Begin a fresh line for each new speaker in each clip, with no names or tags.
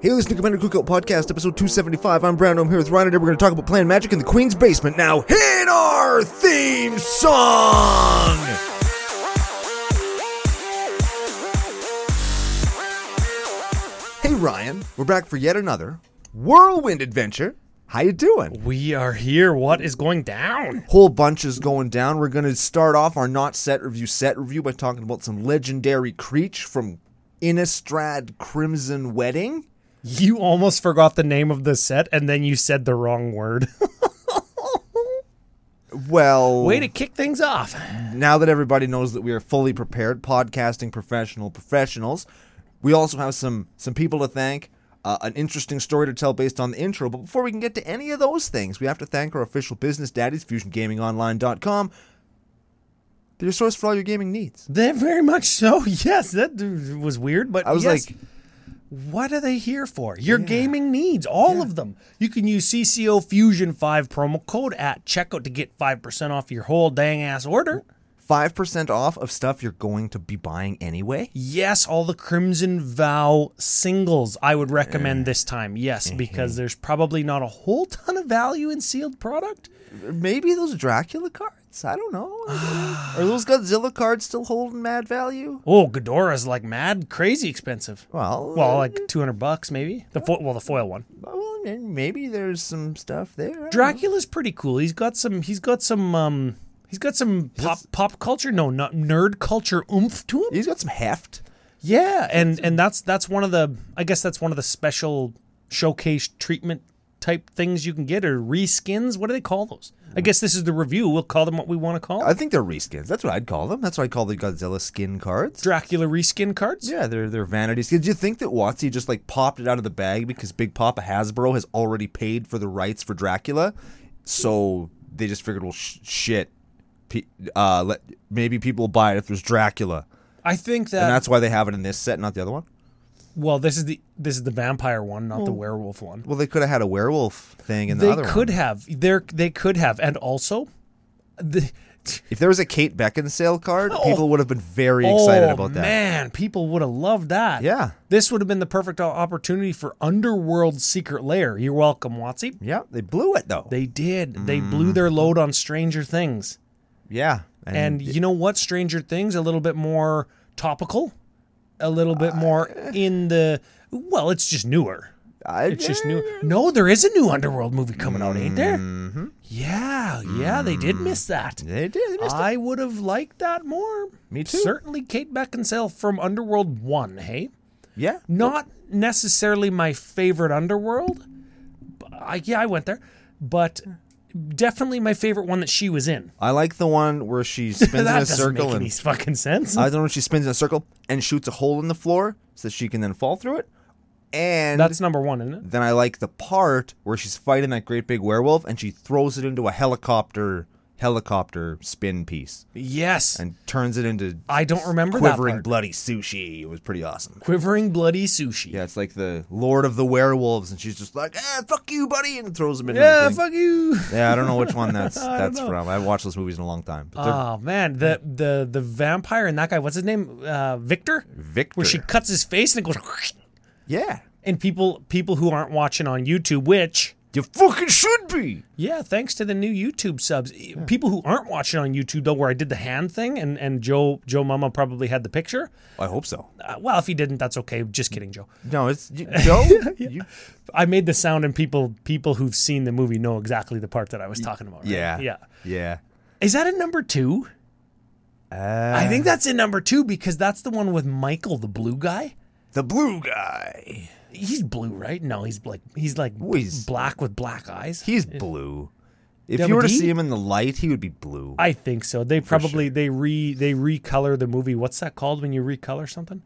Hey, listen to Commander Cookout Podcast, episode 275. I'm Brown, I'm here with Ryan, and we're going to talk about playing magic in the Queen's basement. Now, hit our theme song! Hey, Ryan, we're back for yet another whirlwind adventure. How you doing?
We are here. What is going down?
Whole bunch is going down. We're going to start off our not set review set review by talking about some legendary Creech from Innistrad Crimson Wedding.
You almost forgot the name of the set and then you said the wrong word.
Well,
Way to kick things off.
now that everybody knows that we are fully prepared podcasting professional professionals we also have some some people to thank uh, an interesting story to tell based on the intro but before we can get to any of those things we have to thank our official business daddies fusiongamingonline.com they're your source for all your gaming needs
That very much so. Yes, that d- was weird, but
i was
yes.
like
what are they here for? Your gaming needs, all of them. You can use CCO Fusion 5 promo code at checkout to get 5% off your whole dang ass order.
5% off of stuff you're going to be buying anyway
Yes, all the Crimson Vow singles I would recommend this time. Yes,
Mm-hmm.
because there's probably not a whole ton of value in sealed product.
maybe those dracula cards i don't know are those godzilla cards still holding mad value
Oh, Ghidorah's like mad, crazy expensive.
well uh,
Well, like two hundred bucks maybe. The fo- well, the foil one.
well maybe there's some stuff there I don't
Dracula's pretty cool. He's got some. He's got some. Um, he's got some pop pop culture. No, not nerd culture oomph to him.
He's got some heft.
Yeah, and and that's that's one of the. I guess that's one of the special showcase treatment type things you can get or reskins. What do they call those? I guess this is the review. We'll call them what we want to call them.
I think they're reskins. That's what I'd call them. That's what I call the Godzilla skin cards.
Dracula reskin cards.
yeah, they're they're vanity skins. Do you think that Watsy just like popped it out of the bag because Big Papa Hasbro has already paid for the rights for Dracula? So they just figured, well, sh- shit, pe- uh, let, maybe people will buy it if there's Dracula,
I think
and
that.
that's why they have it in this set, not the other one.
Well, this is the this is the vampire one, not the
Oh.
werewolf one.
Well, they could have had a werewolf thing in the
They
other
could
one.
have. There, they could have, and also, the,
If there was a Kate Beckinsale card, people would have been very excited
oh,
about that.
Man, people would have loved that.
Yeah.
this would have been the perfect o- opportunity for Underworld Secret Lair. You're welcome, Watsy.
Yeah, they blew it though.
They did. They blew their
Mm-hmm.
load on Stranger Things,
yeah,
and you know what? Stranger Things a little bit more topical, a little
Uh,
bit more
eh.
in the. Well, it's just newer.
I,
It's just new. No, there is a new Underworld movie coming out, ain't there?
Mm-hmm.
Yeah, yeah, they did miss that.
They did. They missed it.
I would have liked that more.
Me too.
Certainly Kate Beckinsale from Underworld 1, hey?
Yeah.
Not necessarily my favorite Underworld. but I, yeah, I went there. But definitely my favorite one that she was in.
I like the one where she spins in
that
a
doesn't
circle
make
and Uh,
any fucking sense.
I don't know when she spins in a circle and shoots a hole in the floor so that she can then fall through it. And
That's number one, isn't it?
then I like the part where she's fighting that great big werewolf and she throws it into a helicopter helicopter spin piece
Yes.
and turns it into
I don't remember that
quivering
part.
bloody sushi. It was pretty awesome.
Quivering bloody sushi.
Yeah, it's like the Lord of the Werewolves, and she's just like, "Ah, fuck you, buddy," and throws him into
yeah
the thing.
fuck you.
yeah, I don't know which one that's that's
know.
from. I haven't watched those movies in a long time. But they're
Oh man, the the the vampire and that guy, what's his name? Uh, Victor.
Victor.
Where she cuts his face and it goes,
yeah,
and people people who aren't watching on YouTube, which
you fucking should be.
yeah, thanks to the new YouTube subs, e, people who aren't watching on YouTube though, where I did the hand thing and and Joe Joe Mama probably had the picture.
I hope so.
Uh, well, if he didn't, that's okay. Just
Mm.
kidding, Joe.
No, it's you, Joe. you,
I made the sound, and people people who've seen the movie know exactly the part that I was talking about. right?
yeah,
yeah.
yeah.
Is that in number two?
Uh,
I think that's in number two because that's the one with Michael, the blue guy.
The blue guy.
He's blue, right? No, he's like he's like
Ooh, he's-
black with black eyes.
He's blue. If
Double
you were to
D?
see him in the light, he would be blue.
I think so. They probably they re they recolor the movie. What's that called when you recolor something?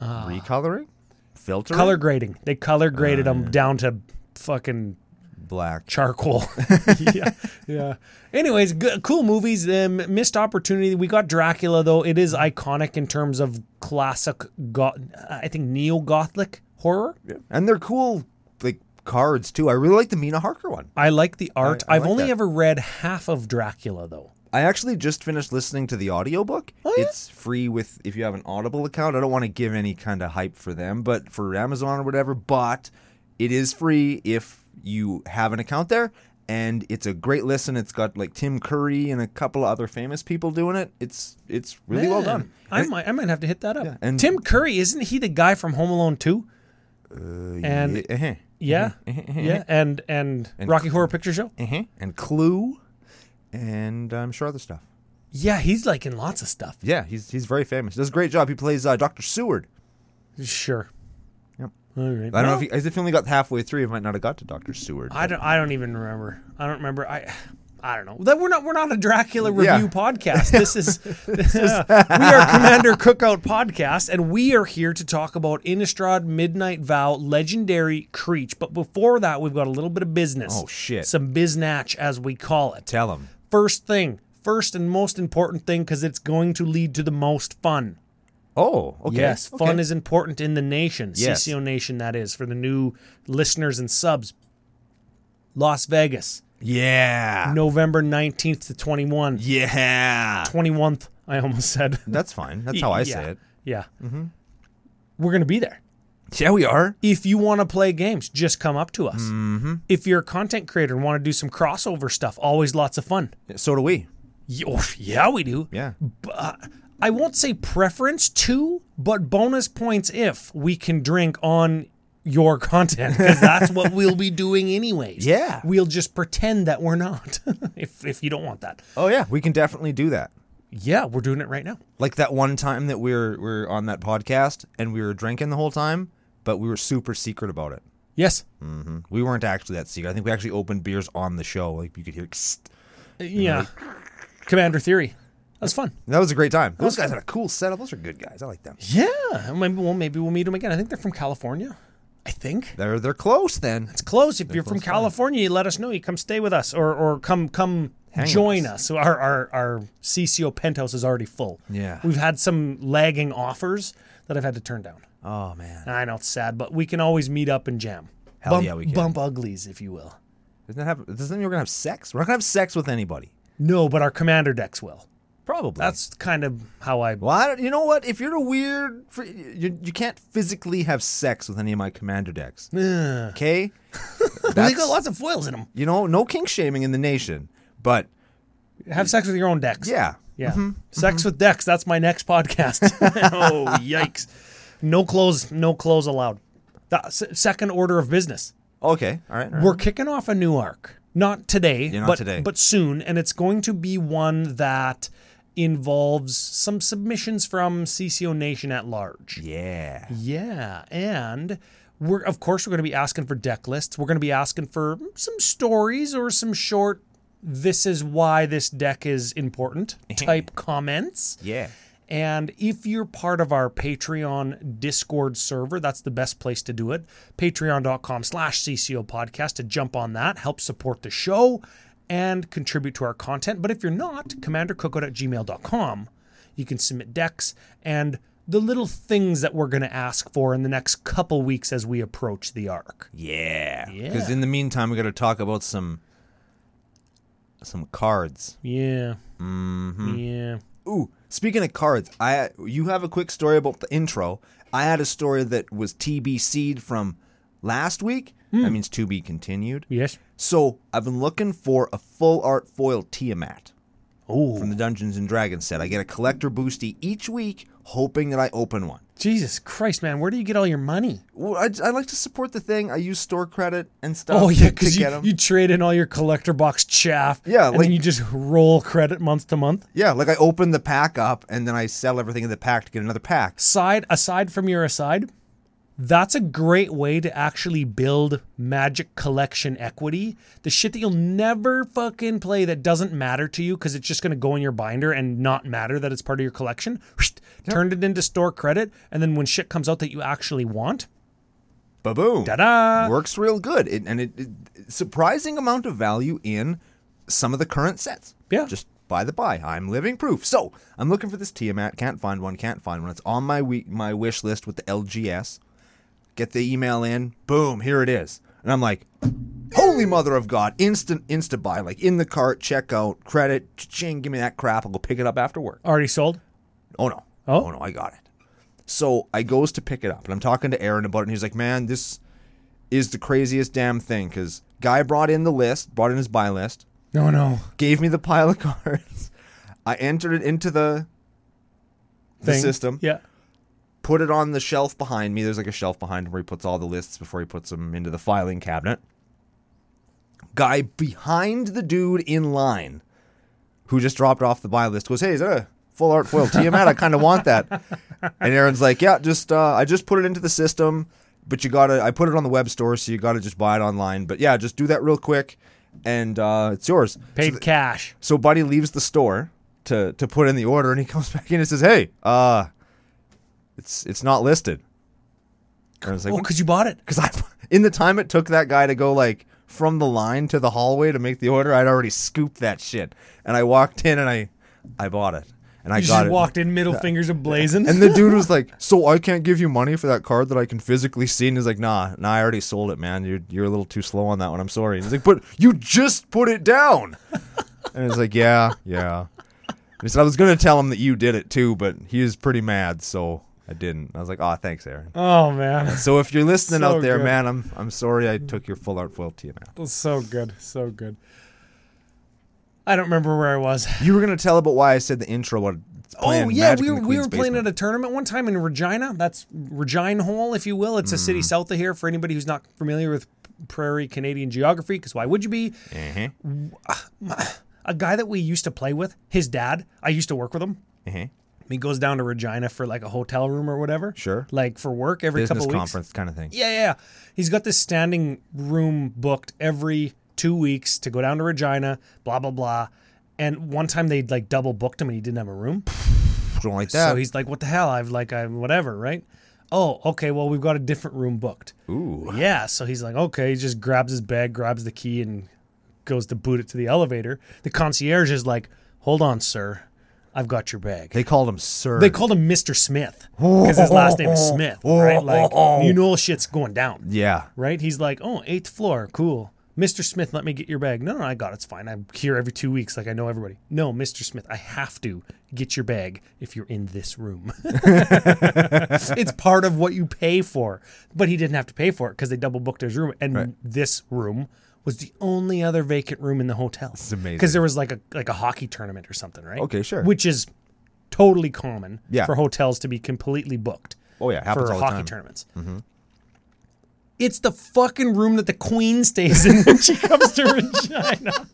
Recoloring, filtering,
Color grading. They color graded
Uh.
them down to fucking
black.
charcoal. yeah, yeah. Anyways, g- cool movies. Um, missed opportunity. We got Dracula though. It is
Mm-hmm.
iconic in terms of classic. Go- I think neo gothic horror.
And they're cool, like cards too. I really like the Mina Harker one.
I like the art.
I
I, have
like
only
that.
ever read half of Dracula though.
I I actually just finished listening to the audiobook.
Oh, yeah?
It's free with if you have an Audible account. I don't want to give any kind of hype for them, but for Amazon or whatever, but it is free if you have an account there. And it's a great listen. It's got like Tim Curry and a couple of other famous people doing it. It's it's really well
Man,
done.
I might, I might have to hit that up.
and-
Tim Curry, isn't he the guy from Home Alone 2? and-
Yeah, uh-huh.
Uh, Yeah. yeah. And, and Rocky Horror Picture Show?
Uh-huh. and Clue, and I'm sure other stuff.
Yeah, he's like in lots of stuff.
Yeah, he's he's very famous. Does a great job. He plays uh, Doctor Seward.
Sure.
Yep.
All right.
I don't
Well,
know if he, as if he only got halfway through, he might not have got to Doctor Seward.
I don't I don't even remember. I don't remember. I I don't know. That we're not we're not a Dracula review
Yeah.
podcast. This is this is we are Commander Cookout podcast and we are here to talk about Innistrad Midnight Vow Legendary Creech. But before that, we've got a little bit of business.
Oh, shit.
Some biznatch as we call it.
Tell him.
First thing, first and most important thing cuz it's going to lead to the most fun.
Oh, okay.
Yes,
okay.
fun is important in the nation,
Yes.
CCO Nation. That is for the new listeners and subs. Las Vegas,
Yeah.
November nineteenth to twenty one.
Yeah.
Twenty one. I almost said.
That's fine. That's how I
Yeah,
say it. Mm-hmm.
Yeah. We're gonna be there.
Yeah, we are.
If you want to play games, just come up to us.
Mm-hmm.
If you're a content creator and want to do some crossover stuff, always lots of fun.
So do we.
Y- oh, Yeah, we do.
Yeah.
B- uh, I won't say preference to, but bonus points if we can drink on your content because that's what we'll be doing anyways.
Yeah.
We'll just pretend that we're not if, if you don't want that.
Oh yeah, we can definitely do that.
Yeah, we're doing it right now.
Like that one time that we were we were on that podcast and we were drinking the whole time, but we were super secret about it.
Yes.
We weren't actually that secret. I think we actually opened beers on the show. Like you could hear. "Kssst."
Uh, Yeah. Commander Theory. That's fun.
That was a great time. Those guys had a cool setup. Those are good guys. I like them.
Yeah. Maybe, well, maybe we'll meet them again. I think they're from California. I think.
They're they're close then.
It's close. If you're from California, you let us know. You come stay with us or or come come
with
join us. So Our, our our CCO penthouse is already full.
Yeah.
We've had some lagging offers that I've had to turn down.
Oh man,
And I know it's sad, but we can always meet up and jam.
Hell
bump,
yeah, we can.
Bump uglies, if you will.
doesn't that have? Doesn't mean we're gonna have sex? We're not gonna have sex with anybody.
No, but our commander decks will.
Probably.
That's kind of how I.
Well, I don't, you know what? If you're a weird, fr- you, you can't physically have sex with any of my commander decks.
Ugh.
Okay,
They
that's
got lots of foils in them.
you know no kink shaming in the nation, but
Have sex with your own decks.
yeah,
Yeah. Sex with Dex. That's my next podcast. oh, yikes. No clothes, no clothes allowed. That, s- second order of business.
okay, all right. all right.
We're kicking off a new arc. Not today,
not
but,
today.
but soon. And it's going to be one that involves some submissions from CCO Nation at large.
yeah,
Yeah, and we're of course we're going to be asking for deck lists. We're going to be asking for some stories or some short this is why this deck is important type comments.
yeah.
And if you're part of our Patreon Discord server, that's the best place to do it. Patreon.com slash CCO podcast to jump on that, help support the show, and contribute to our content. But if you're not, commandercookout at gmail.com. You can submit decks and the little things that we're going to ask for in the next couple weeks as we approach the arc.
Yeah. Because
Yeah.
in the meantime, we got to talk about some some cards.
Yeah. Mm-hmm. Yeah.
Ooh, speaking of cards, I you have a quick story about the intro. I had a story that was TBC'd from last week.
Hmm.
That means to be continued.
Yes.
So I've been looking for a full art foil Tiamat
Oh,
from the Dungeons and Dragons set. I get a collector boosty each week, hoping that I open one.
Jesus Christ, man. Where do you get all your money?
Well, I, I like to support the thing. I use store credit and stuff.
Oh yeah,
to- to
because
get
you,
'em.
you trade in all your collector box chaff.
Yeah,
and
like-
then you just roll credit month to month.
yeah, like I open the pack up and then I sell everything in the pack to get another pack.
Side aside from your aside, that's a great way to actually build magic collection equity. The shit that you'll never fucking play that doesn't matter to you because it's just gonna go in your binder and not matter that it's part of your collection. Turned it into store credit, and then when shit comes out that you actually want,
Ba boom.
ta-da!
works real good it, and it, it surprising amount of value in some of the current sets
Yeah.
just by the by i'm living proof so i'm looking for this tiamat can't find one can't find one it's on my we- my wish list with the lgs get the email in boom here it is and i'm like Holy mother of God! Instant insta buy, like in the cart, checkout, credit, ching, give me that crap. I'll go pick it up after work.
Already sold?
Oh no.
Oh?
no, I got it. So I goes to pick it up and I'm talking to Aaron about it and he's like, Man, this is the craziest damn thing because guy brought in the list, brought in his buy list,
No, no.
gave me the pile of cards. I entered it into the, the
Thing.
system,
Yeah.
put it on the shelf behind me. There's like a shelf behind him where he puts all the lists before he puts them into the filing cabinet. Guy behind the dude in line who just dropped off the buy list goes, Hey, is that a full art foil Tiamat? I kind of want that. And Aaron's like, Yeah, just uh, I just put it into the system, but you gotta, I put it on the web store, so you gotta just buy it online. But yeah, just do that real quick and uh, it's yours.
Paid cash.
So Buddy leaves the store to to put in the order, and he comes back in and says, "Hey, uh, it's it's not listed." And I was
Oh,
like,
because you bought it.
because I in the time it took that guy to go like from the line to the hallway to make the order, I'd already scooped that shit, and I walked in and I I bought it, and I
You
got
just
it.
walked in, middle fingers ablazing.
and the dude was like, "So I can't give you money for that card that I can physically see." And he's like, "Nah, nah, I already sold it, man. You're you're a little too slow on that one. I'm sorry." And he's like, "But you just put it down." and he's like, "Yeah, yeah." And he said, "I was gonna tell him that you did it too, but he is pretty mad, so I didn't." I was like, "Aw, thanks, Aaron."
oh man,
So if you're listening
So
out there,
good.
man, I'm I'm sorry I took your full art foil TMF.
so good, so good. I don't remember where I was.
You were gonna tell about why I said the intro. What?
oh yeah, we were, we were playing at a tournament one time in Regina. That's Regina Hall, if you will. It's a
Mm.
city south of here. For anybody who's not familiar with prairie Canadian geography, because why would you be?
Uh huh.
A guy that we used to play with, his dad. I used to work with him.
Uh huh.
He goes down to Regina for like a hotel room or whatever.
Sure.
Like for work every
Business
couple weeks.
conference kind of thing.
Yeah, yeah, yeah. He's got this standing room booked every two weeks to go down to Regina. Blah blah blah. And one time they like double booked him and he didn't have a room.
Don't like that.
So he's like, "What the hell? I've like, I'm whatever, right?" Oh, okay. Well, we've got a different room booked.
Ooh.
Yeah. So he's like, "Okay." He just grabs his bag, grabs the key, and goes to boot it to the elevator. The concierge is like, "Hold on, sir. I've got your bag."
They called him Sir.
They called him Mister Smith because his last name is Smith, right? Like, you know, shit's going down
yeah.
right? He's like, oh, eighth floor, cool. Mr. Smith, let me get your bag. No, no, I got it. It's fine. I'm here every two weeks. Like, I know everybody. No, Mr. Smith, I have to get your bag if you're in this room. it's part of what you pay for. But he didn't have to pay for it because they double booked his room. And this room was the only other vacant room in the hotel. It's
amazing.
Because there was like a like a hockey tournament or something, right?
Okay, sure.
Which is totally common
Yeah.
for hotels to be completely booked
Oh yeah, happens
for
all the time.
hockey
Mm-hmm.
tournaments. It's the fucking room that the queen stays in when she comes to Regina.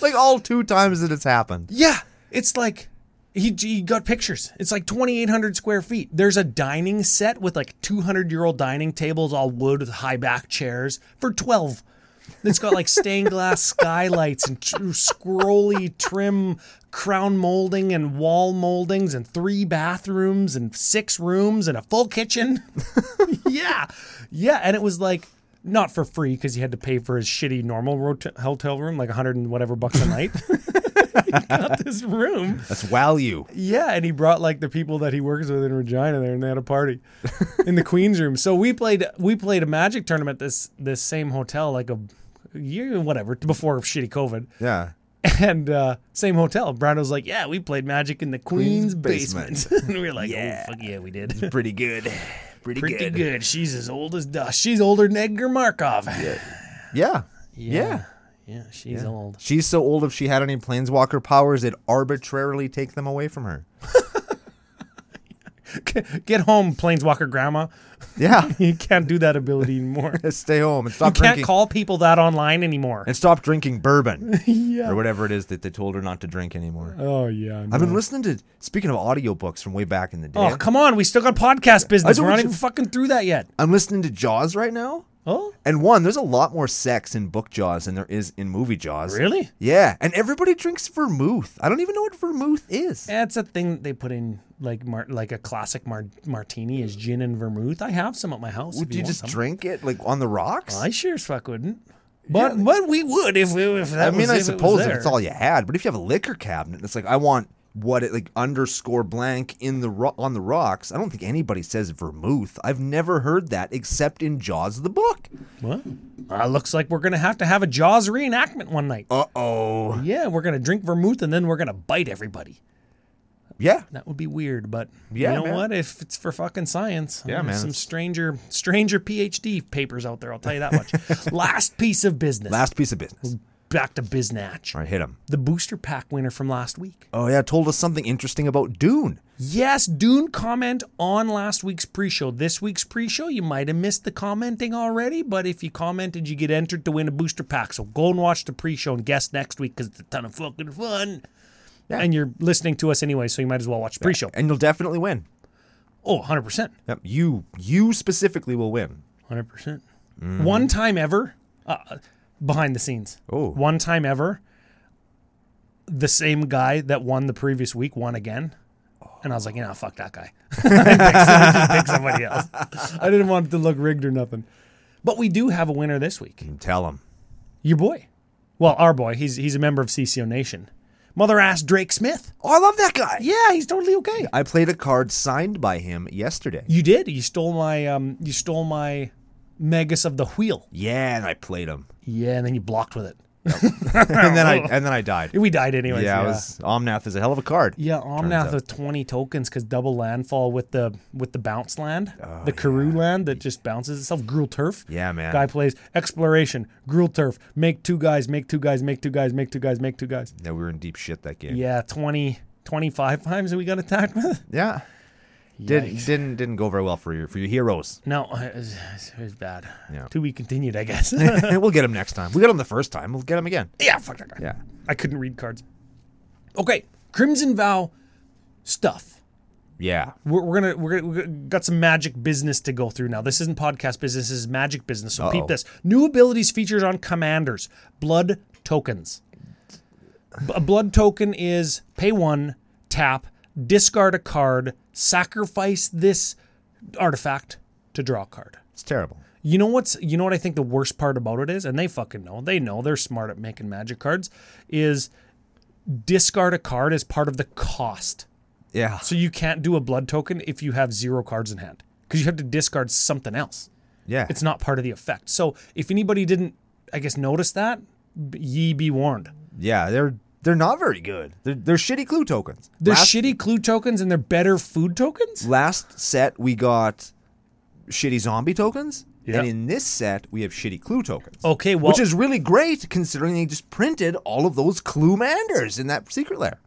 Like all two times that it's happened.
Yeah, it's like he, he got pictures. It's like 2,800 square feet. There's a dining set with like 200 year old dining tables, all wood with high back chairs for 12. It's got like stained glass skylights and tr- scrolly trim crown molding and wall moldings and three bathrooms and six rooms and a full kitchen. yeah. Yeah. And it was like, not for free because he had to pay for his shitty normal rot- hotel room, like 100 and whatever bucks a night. got this room.
That's value.
Yeah, and he brought like the people that he works with in Regina there, and they had a party in the Queen's room. So we played we played a Magic tournament this this same hotel like a year whatever before shitty COVID,
Yeah.
and uh, same hotel. Brown was like, "Yeah, we played Magic in the Queen's,
Queen's
basement,",
basement."
and we were like, "Oh fuck yeah, we did."
Pretty good. Pretty,
Pretty good. She's as old as dust. She's older than Edgar Markov. Yeah,
Yeah. yeah.
yeah, she's old.
She's so old if she had any planeswalker powers, it'd arbitrarily take them away from her.
Get home, Planeswalker Grandma.
Yeah.
You can't do that ability anymore.
Stay home and stop
Can't
drinking
call people that online anymore.
and stop drinking bourbon.
Yeah.
Or whatever it is that they told her not to drink anymore.
Oh yeah.
I've been listening to speaking of audiobooks from way back in the day.
Oh come on, we still got podcast business.
I
We're
don't
not
ju-
even fucking through that yet.
I'm listening to Jaws right now.
Oh
And one, there's a lot more sex in book Jaws than there is in movie Jaws.
really?
Yeah, and everybody drinks vermouth. I don't even know what vermouth is.
That's a thing that they put in like mar- like a classic mar- martini is gin and vermouth. I have some at my house. if
Would you
want
just
some.
drink it like on the rocks?
I sure as fuck wouldn't. But but we would if we, if
I
that
mean,
was,
I
if it was
suppose if
there.
it's all you had, but if you have a liquor cabinet, it's like I want what it like underscore blank in the ro- on the rocks. I don't think anybody says vermouth. I've never heard that except in Jaws the book.
Well, uh, looks like we're gonna have to have a Jaws reenactment one night.
Uh oh.
yeah, we're gonna drink vermouth and then we're gonna bite everybody.
Yeah.
That would be weird, but
Yeah,
you know
man.
what? If it's for fucking science,
Yeah,
there's
man,
some
it's-
stranger stranger PhD papers out there. I'll tell you that much. Last piece of business.
Last piece of business.
back to biznatch.
All right, hit him.
The booster pack winner from last week.
Oh yeah, told us something interesting about Dune.
Yes, Dune comment on last week's pre-show. This week's pre-show, you might have missed the commenting already, but if you commented, you get entered to win a booster pack. So go and watch the pre-show and guess next week because it's a ton of fucking fun. And you're listening to us anyway, so you might as well watch the pre-show.
And you'll definitely win.
Oh, 100%.
Yep. You you specifically will win.
Hundred percent. One time ever, uh, behind the scenes.
Oh.
One time ever. The same guy that won the previous week won again, and I was like, you know, fuck that guy. I picked somebody else. I didn't want it to look rigged or nothing. But we do have a winner this week.
Tell him.
Your boy, well, our boy. He's he's a member of CCO Nation. Mother ass Drake Smith.
Oh, I love that guy.
Yeah, he's totally okay.
I played a card signed by him yesterday.
You did. You stole my um. You stole my Megas of the Wheel.
Yeah, and I played him.
Yeah, and then you blocked with it.
and then I and then I died.
We died anyways.
Yeah,
Oh. Yeah,
it was Omnath is a hell of a card.
yeah Omnath with twenty tokens because double landfall with the with the bounce land, the Karoo land that just bounces itself. Gruel turf.
Oh, Yeah, man.
Guy plays exploration. Gruel turf. Make two guys. Make two guys. Make two guys. Make two guys. Make two guys.
Yeah, we were in deep shit that game.
Yeah, 20, 25 times that we got attacked with.
Yeah. Did didn't didn't go very well for your for your heroes.
No, uh, it was, it was bad.
Yeah.
To be continued, I guess.
we'll get him next time. We got him the first time. We'll get him again.
yeah, fuck that guy.
Yeah.
I couldn't read cards. Okay, Crimson Vow stuff.
Yeah.
we're, we're gonna we're gonna we got some magic business to go through now. This isn't podcast business. This is magic business. So peep
Uh-oh.
this: new abilities featured on commanders, blood tokens. B- A blood token is pay one, tap, discard a card, sacrifice this artifact to draw a card.
It's terrible.
You know what's you know what I think the worst part about it is, and they fucking know. They know they're smart at making magic cards. Is discard a card as part of the cost.
Yeah.
So you can't do a blood token if you have zero cards in hand because you have to discard something else.
Yeah.
It's not part of the effect. So if anybody didn't, I guess, notice that, b- ye be warned.
yeah, they're they're not very good. They're they're shitty clue tokens.
They're
last,
shitty clue tokens and they're better food tokens?
last set we got shitty zombie tokens.
Yeah.
And in this set we have shitty clue tokens.
Okay, well,
which is really great considering they just printed all of those clue manders in that secret lair.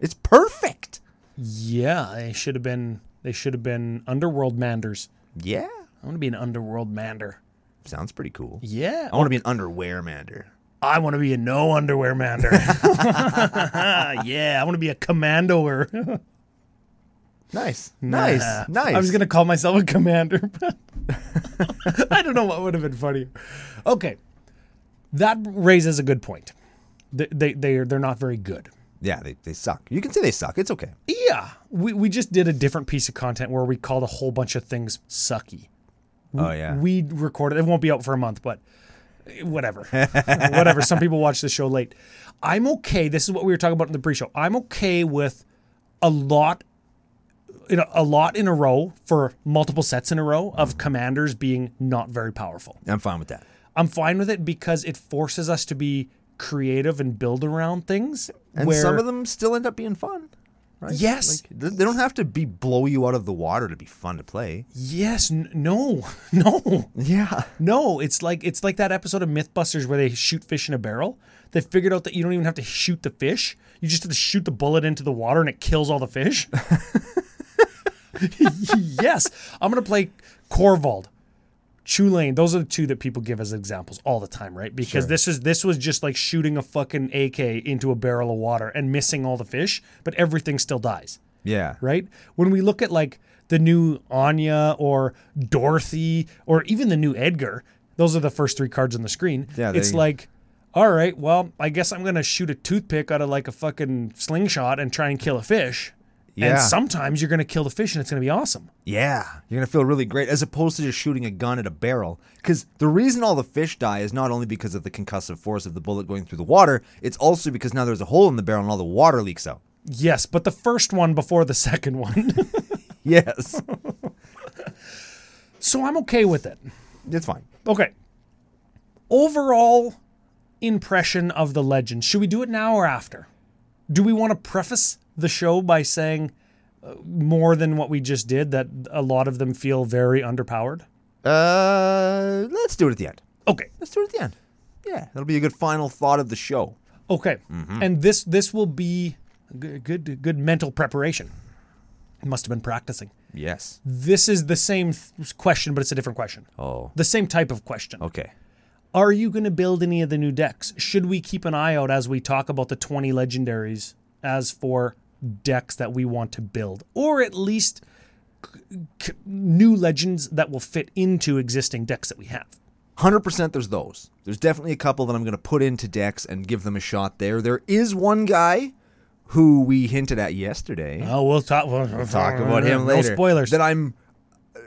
It's perfect.
yeah, they should have been, they should have been underworld manders.
Yeah.
I want to be an underworld mander.
Sounds pretty cool.
Yeah.
I
Oh,
want to be an underwear mander.
I want to be a no underwear mander. yeah, I want to be a commandoer.
Nice. Nice.
Yeah.
Nice.
I was gonna call myself a commander, but I don't know what would have been funnier. Okay, that raises a good point. They they they're, they're not very good.
Yeah, they, they suck. You can say they suck. It's okay.
Yeah, we we just did a different piece of content where we called a whole bunch of things sucky.
Oh yeah.
We recorded it won't be out for a month, but whatever, whatever. Some people watch the show late. I'm okay. This is what we were talking about in the pre-show. I'm okay with a lot in a, a lot in a row for multiple sets in a row of commanders being not very powerful.
I'm fine with that.
I'm fine with it because it forces us to be creative and build around things.
And some of them still end up being fun. Right?
Yes.
Like, they they don't have to be blow you out of the water to be fun to play.
yes, n- no, no,
Yeah.
no. It's like it's like that episode of MythBusters where they shoot fish in a barrel. They figured out that you don't even have to shoot the fish; you just have to shoot the bullet into the water, and it kills all the fish. yes, I'm gonna play Corvald. Tulane, those are the two that people give as examples all the time, right? Because this is this was just like shooting a fucking AK into a barrel of water and missing all the fish, but everything still dies
Yeah.
right? When we look at like the new Anya or Dorothy or even the new Edgar, those are the first three cards on the screen.
Yeah,
it's
they-
like, all right, well, I guess I'm gonna shoot a toothpick out of like a fucking slingshot and try and kill a fish.
Yeah.
And sometimes you're gonna kill the fish and it's gonna be awesome.
Yeah. You're going to feel really great as opposed to just shooting a gun at a barrel. Because the reason all the fish die is not only because of the concussive force of the bullet going through the water, it's also because now there's a hole in the barrel and all the water leaks out.
Yes, but the first one before the second one.
Yes,
so I'm okay with it.
it's fine.
Okay. Overall impression of the legend. Should we do it now or after? Do we want to preface the show by saying uh, more than what we just did that a lot of them feel very underpowered?
Uh, let's do it at the end.
Okay.
Let's do it at the end. Yeah, that'll be a good final thought of the show.
Okay. And this this will be g- good good mental preparation. Must have been practicing.
Yes.
This is the same th- question but it's a different question.
Oh.
The same type of question.
Okay.
Are you going to build any of the new decks? Should we keep an eye out as we talk about the 20 legendaries as for decks that we want to build, or at least c- c- new legends that will fit into existing decks that we have?
Hundred percent. There's those. There's definitely a couple that I'm going to put into decks and give them a shot. There. There is one guy who we hinted at yesterday.
Oh, we'll talk. We'll
talk about him later.
No spoilers.
That I'm, uh,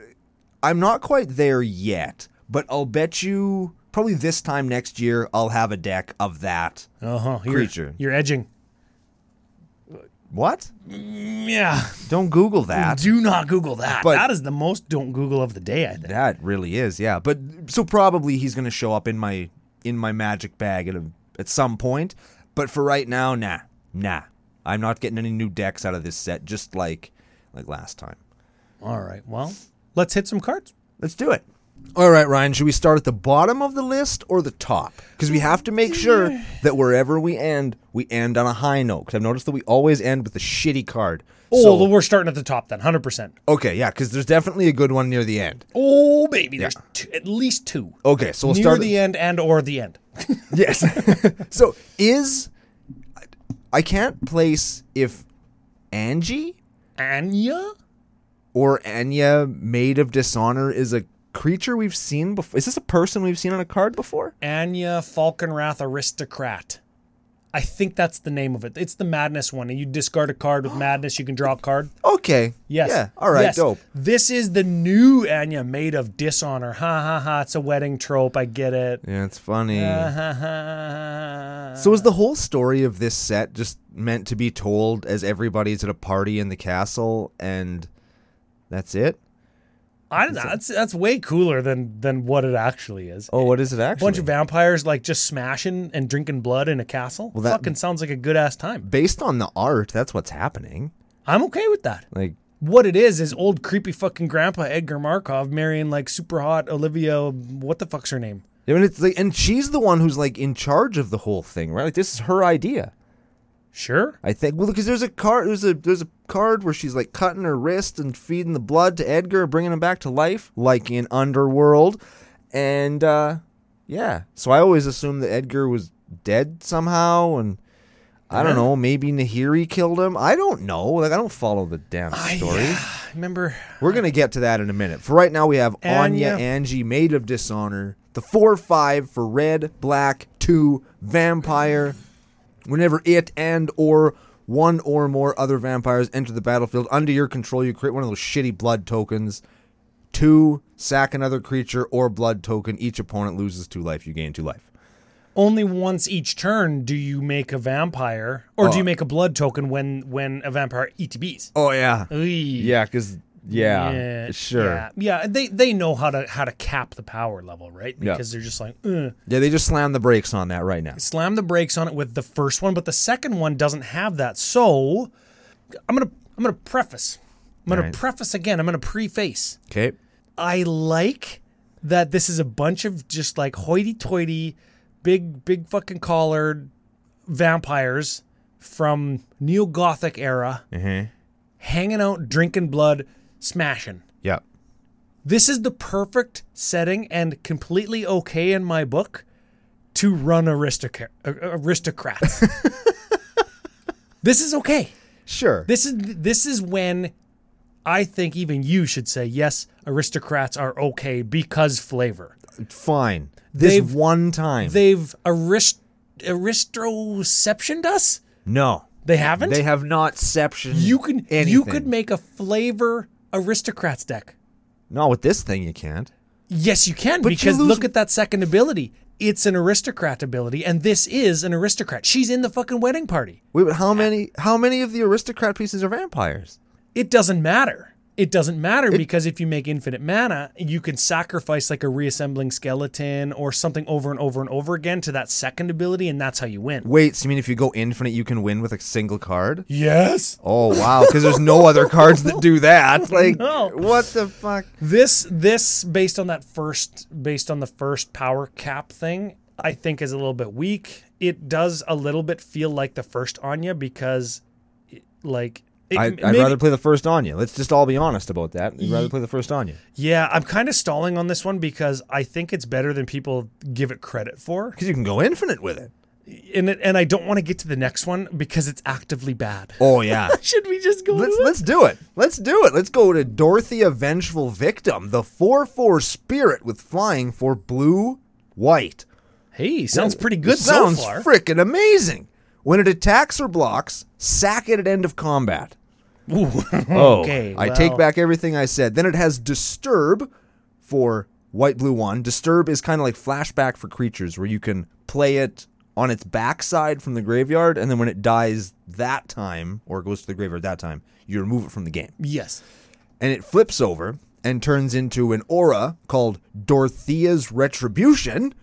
I'm not quite there yet, but I'll bet you probably this time next year I'll have a deck of that
uh huh.
creature.
You're edging.
What?
Yeah.
Don't Google that.
Do not Google that.
But-
that is the most don't Google of the day. I think.
That really is, yeah. But so probably he's going to show up in my in my magic bag at a, at some point. But for right now, nah, nah. I'm not getting any new decks out of this set, just like like last time.
All right. Well, let's hit some cards.
Let's do it. All right, Ryan, should we start at the bottom of the list or the top? Because we have to make sure that wherever we end, we end on a high note. Because I've noticed that we always end with a shitty card.
Oh,
So-
well, we're starting at the top then. Hundred percent.
okay, yeah, because there's definitely a good one near the end.
Oh baby, there's two, at least two.
Okay, so we'll
Near
start.
the end and or the end.
Yes. so is I can't place if Angie
Anya?
or Anya Maid of Dishonor is a creature we've seen before. Is this a person we've seen on a card before?
Anya Falkenrath Aristocrat. I think that's the name of it. It's the madness one. You discard a card with madness, you can draw a card.
Okay.
Yes.
Yeah. All right.
Yes.
Dope.
This is the new Anya made of dishonor. Ha ha ha. It's a wedding trope. I get it.
Yeah, it's funny.
Ha ha ha.
so is the whole story of this set just meant to be told as everybody's at a party in the castle and that's it?
I don't know. That's, that's way cooler than than what it actually is.
Oh, what is it actually?
bunch of vampires like just smashing and drinking blood in a castle.
that-
Fucking sounds like a good ass time.
Based on the art, that's what's happening.
I'm okay with that.
Like
What it is is old creepy fucking grandpa Edgar Markov marrying like super hot Olivia. What the fuck's her name?
I mean, it's like, and she's the one who's like in charge of the whole thing, right? Like this is her idea,
Sure.
I think. Well, because there's a card, there's a there's a card where she's like cutting her wrist and feeding the blood to Edgar, bringing him back to life, like in Underworld, and uh yeah. So I always assumed that Edgar was dead somehow, and I don't know, maybe Nahiri killed him. I don't know. Like I don't follow the damn story.
I remember.
We're gonna get to that in a minute. For right now, we have Anya,
Anya.
Angie, Maid of Dishonor, the four five for red, black, two, vampire. Whenever it and or one or more other vampires enter the battlefield under your control, you create one of those shitty blood tokens. Two, sack another creature or blood token. Each opponent loses two life. You gain two life.
Only once each turn do you make a vampire, or
Uh.
do you make a blood token when when a vampire ETBs.
Oh yeah,
Ooh.
yeah, because yeah, sure,
Yeah,
yeah.
yeah, they they know how to how to cap the power level, right?
Yeah.
Because they're just like, Ugh.
They just slammed the brakes on that right now.
slam the brakes on it with the first one, but the second one doesn't have that. So I'm gonna I'm gonna preface. I'm gonna
Alright.
preface again. I'm gonna preface.
Okay,
I like that this is a bunch of just like hoity-toity, big big fucking collared vampires from neo-gothic era, hanging out, drinking blood, smashing.
yeah,
This is the perfect setting and completely okay in my book to run aristocra- uh, aristocrats. this is okay.
sure.
This is this is when I think even you should say yes, aristocrats are okay because flavor.
fine. This
They've-
one time.
They've arist aristoceptioned us?
no.
They haven't?
They have not septioned
you can
anything.
you could make a flavor aristocrats deck.
Not with this thing you can't.
Yes, you can
you
because
lose-
look at that second ability. it's an aristocrat ability, and this is an aristocrat. She's in the fucking wedding party.
Wait, but how many how many of the aristocrat pieces are vampires?
It doesn't matter. It doesn't matter because if you make infinite mana, you can sacrifice like a reassembling skeleton or something over and over and over again to that second ability, and that's how you win.
Wait, so you mean if you go infinite, you can win with a single card?
Yes.
Oh wow, because there's no other cards that do that. Like,
No.
what the fuck?
This this based on that first based on the first power cap thing, I think is a little bit weak. It does a little bit feel like the first Anya because, it- like, it,
I,
m-
I'd
maybe-
rather play the first Anya. Let's just all be honest about that. I'd rather play the first Anya.
Yeah, I'm kind of stalling on this one because I think it's better than people give it credit for,
Because you can go infinite with it.
and it, and I don't want to get to the next one because it's actively bad.
Oh yeah.
Should we just go?
Let's
to it?
let's do it. Let's do it. Let's go to Dorothea Vengeful Victim, the four four spirit with flying for blue white.
Hey, sounds pretty good
Sounds
so far.
frickin' amazing. When it attacks or blocks, sack it at end of combat.
oh, okay,
I take
well,
back everything I said. Then it has disturb for white blue one. Disturb is kind of like flashback for creatures where you can play it on its backside from the graveyard, and then when it dies that time or goes to the graveyard that time, you remove it from the game.
Yes.
And it flips over and turns into an aura called Dorothea's Retribution.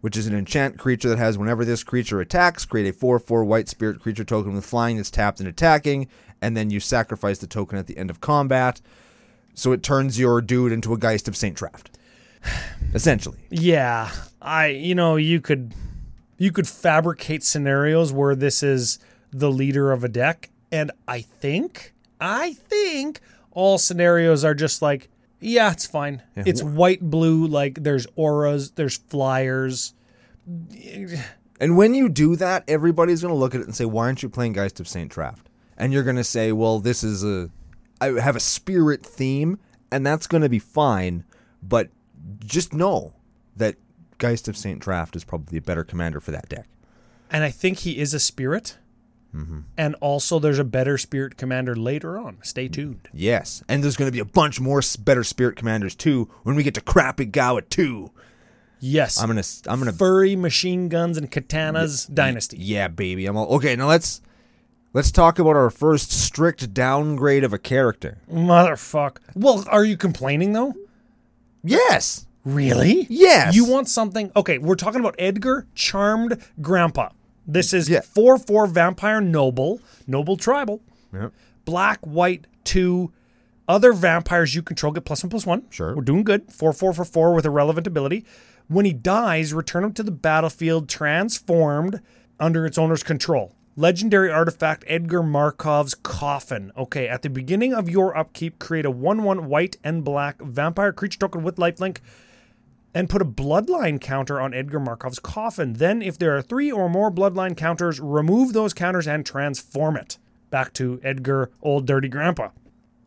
Which is an enchant creature that has whenever this creature attacks, create a 4 4 white spirit creature token with flying that's tapped and attacking, and then you sacrifice the token at the end of combat. So it turns your dude into a Geist of Saint Traft. Essentially.
Yeah, I you know you could you could fabricate scenarios where this is the leader of a deck, and I think I think all scenarios are just like yeah, it's fine. It's white blue. Like there's auras, there's flyers.
And when you do that, everybody's going to look at it and say, "Why aren't you playing Geist of Saint Traft?" And you're going to say, "Well, this is a I have a spirit theme, and that's going to be fine, but just know that Geist of Saint Traft is probably a better commander for that deck."
And I think he is a spirit. And also, there's a better spirit commander later on. Stay tuned.
Yes, and there's going to be a bunch more s- better spirit commanders too when we get to Krapigawa 2.
Yes,
I'm going to I'm going to
furry machine guns and katanas dynasty.
Yeah, baby. I'm all Okay, now let's let's talk about our first strict downgrade of a character.
Motherfuck. Well, are you complaining though?
Yes.
Really?
Yes.
You want something? Okay, we're talking about Edgar Charmed Grandpa. This is
Yeah.
4 4 Vampire Noble, Noble Tribal,
Yep.
Black, White, 2. Other vampires you control get plus 1 plus 1.
Sure.
We're doing good. 4 4 for 4 with a relevant ability. When he dies, return him to the battlefield transformed under its owner's control. Legendary artifact Edgar Markov's Coffin. Okay, at the beginning of your upkeep, create a 1 1 white and black vampire creature token with lifelink and put a bloodline counter on Edgar Markov's coffin. Then, if there are three or more bloodline counters, remove those counters and transform it. Back to Edgar, old dirty grandpa.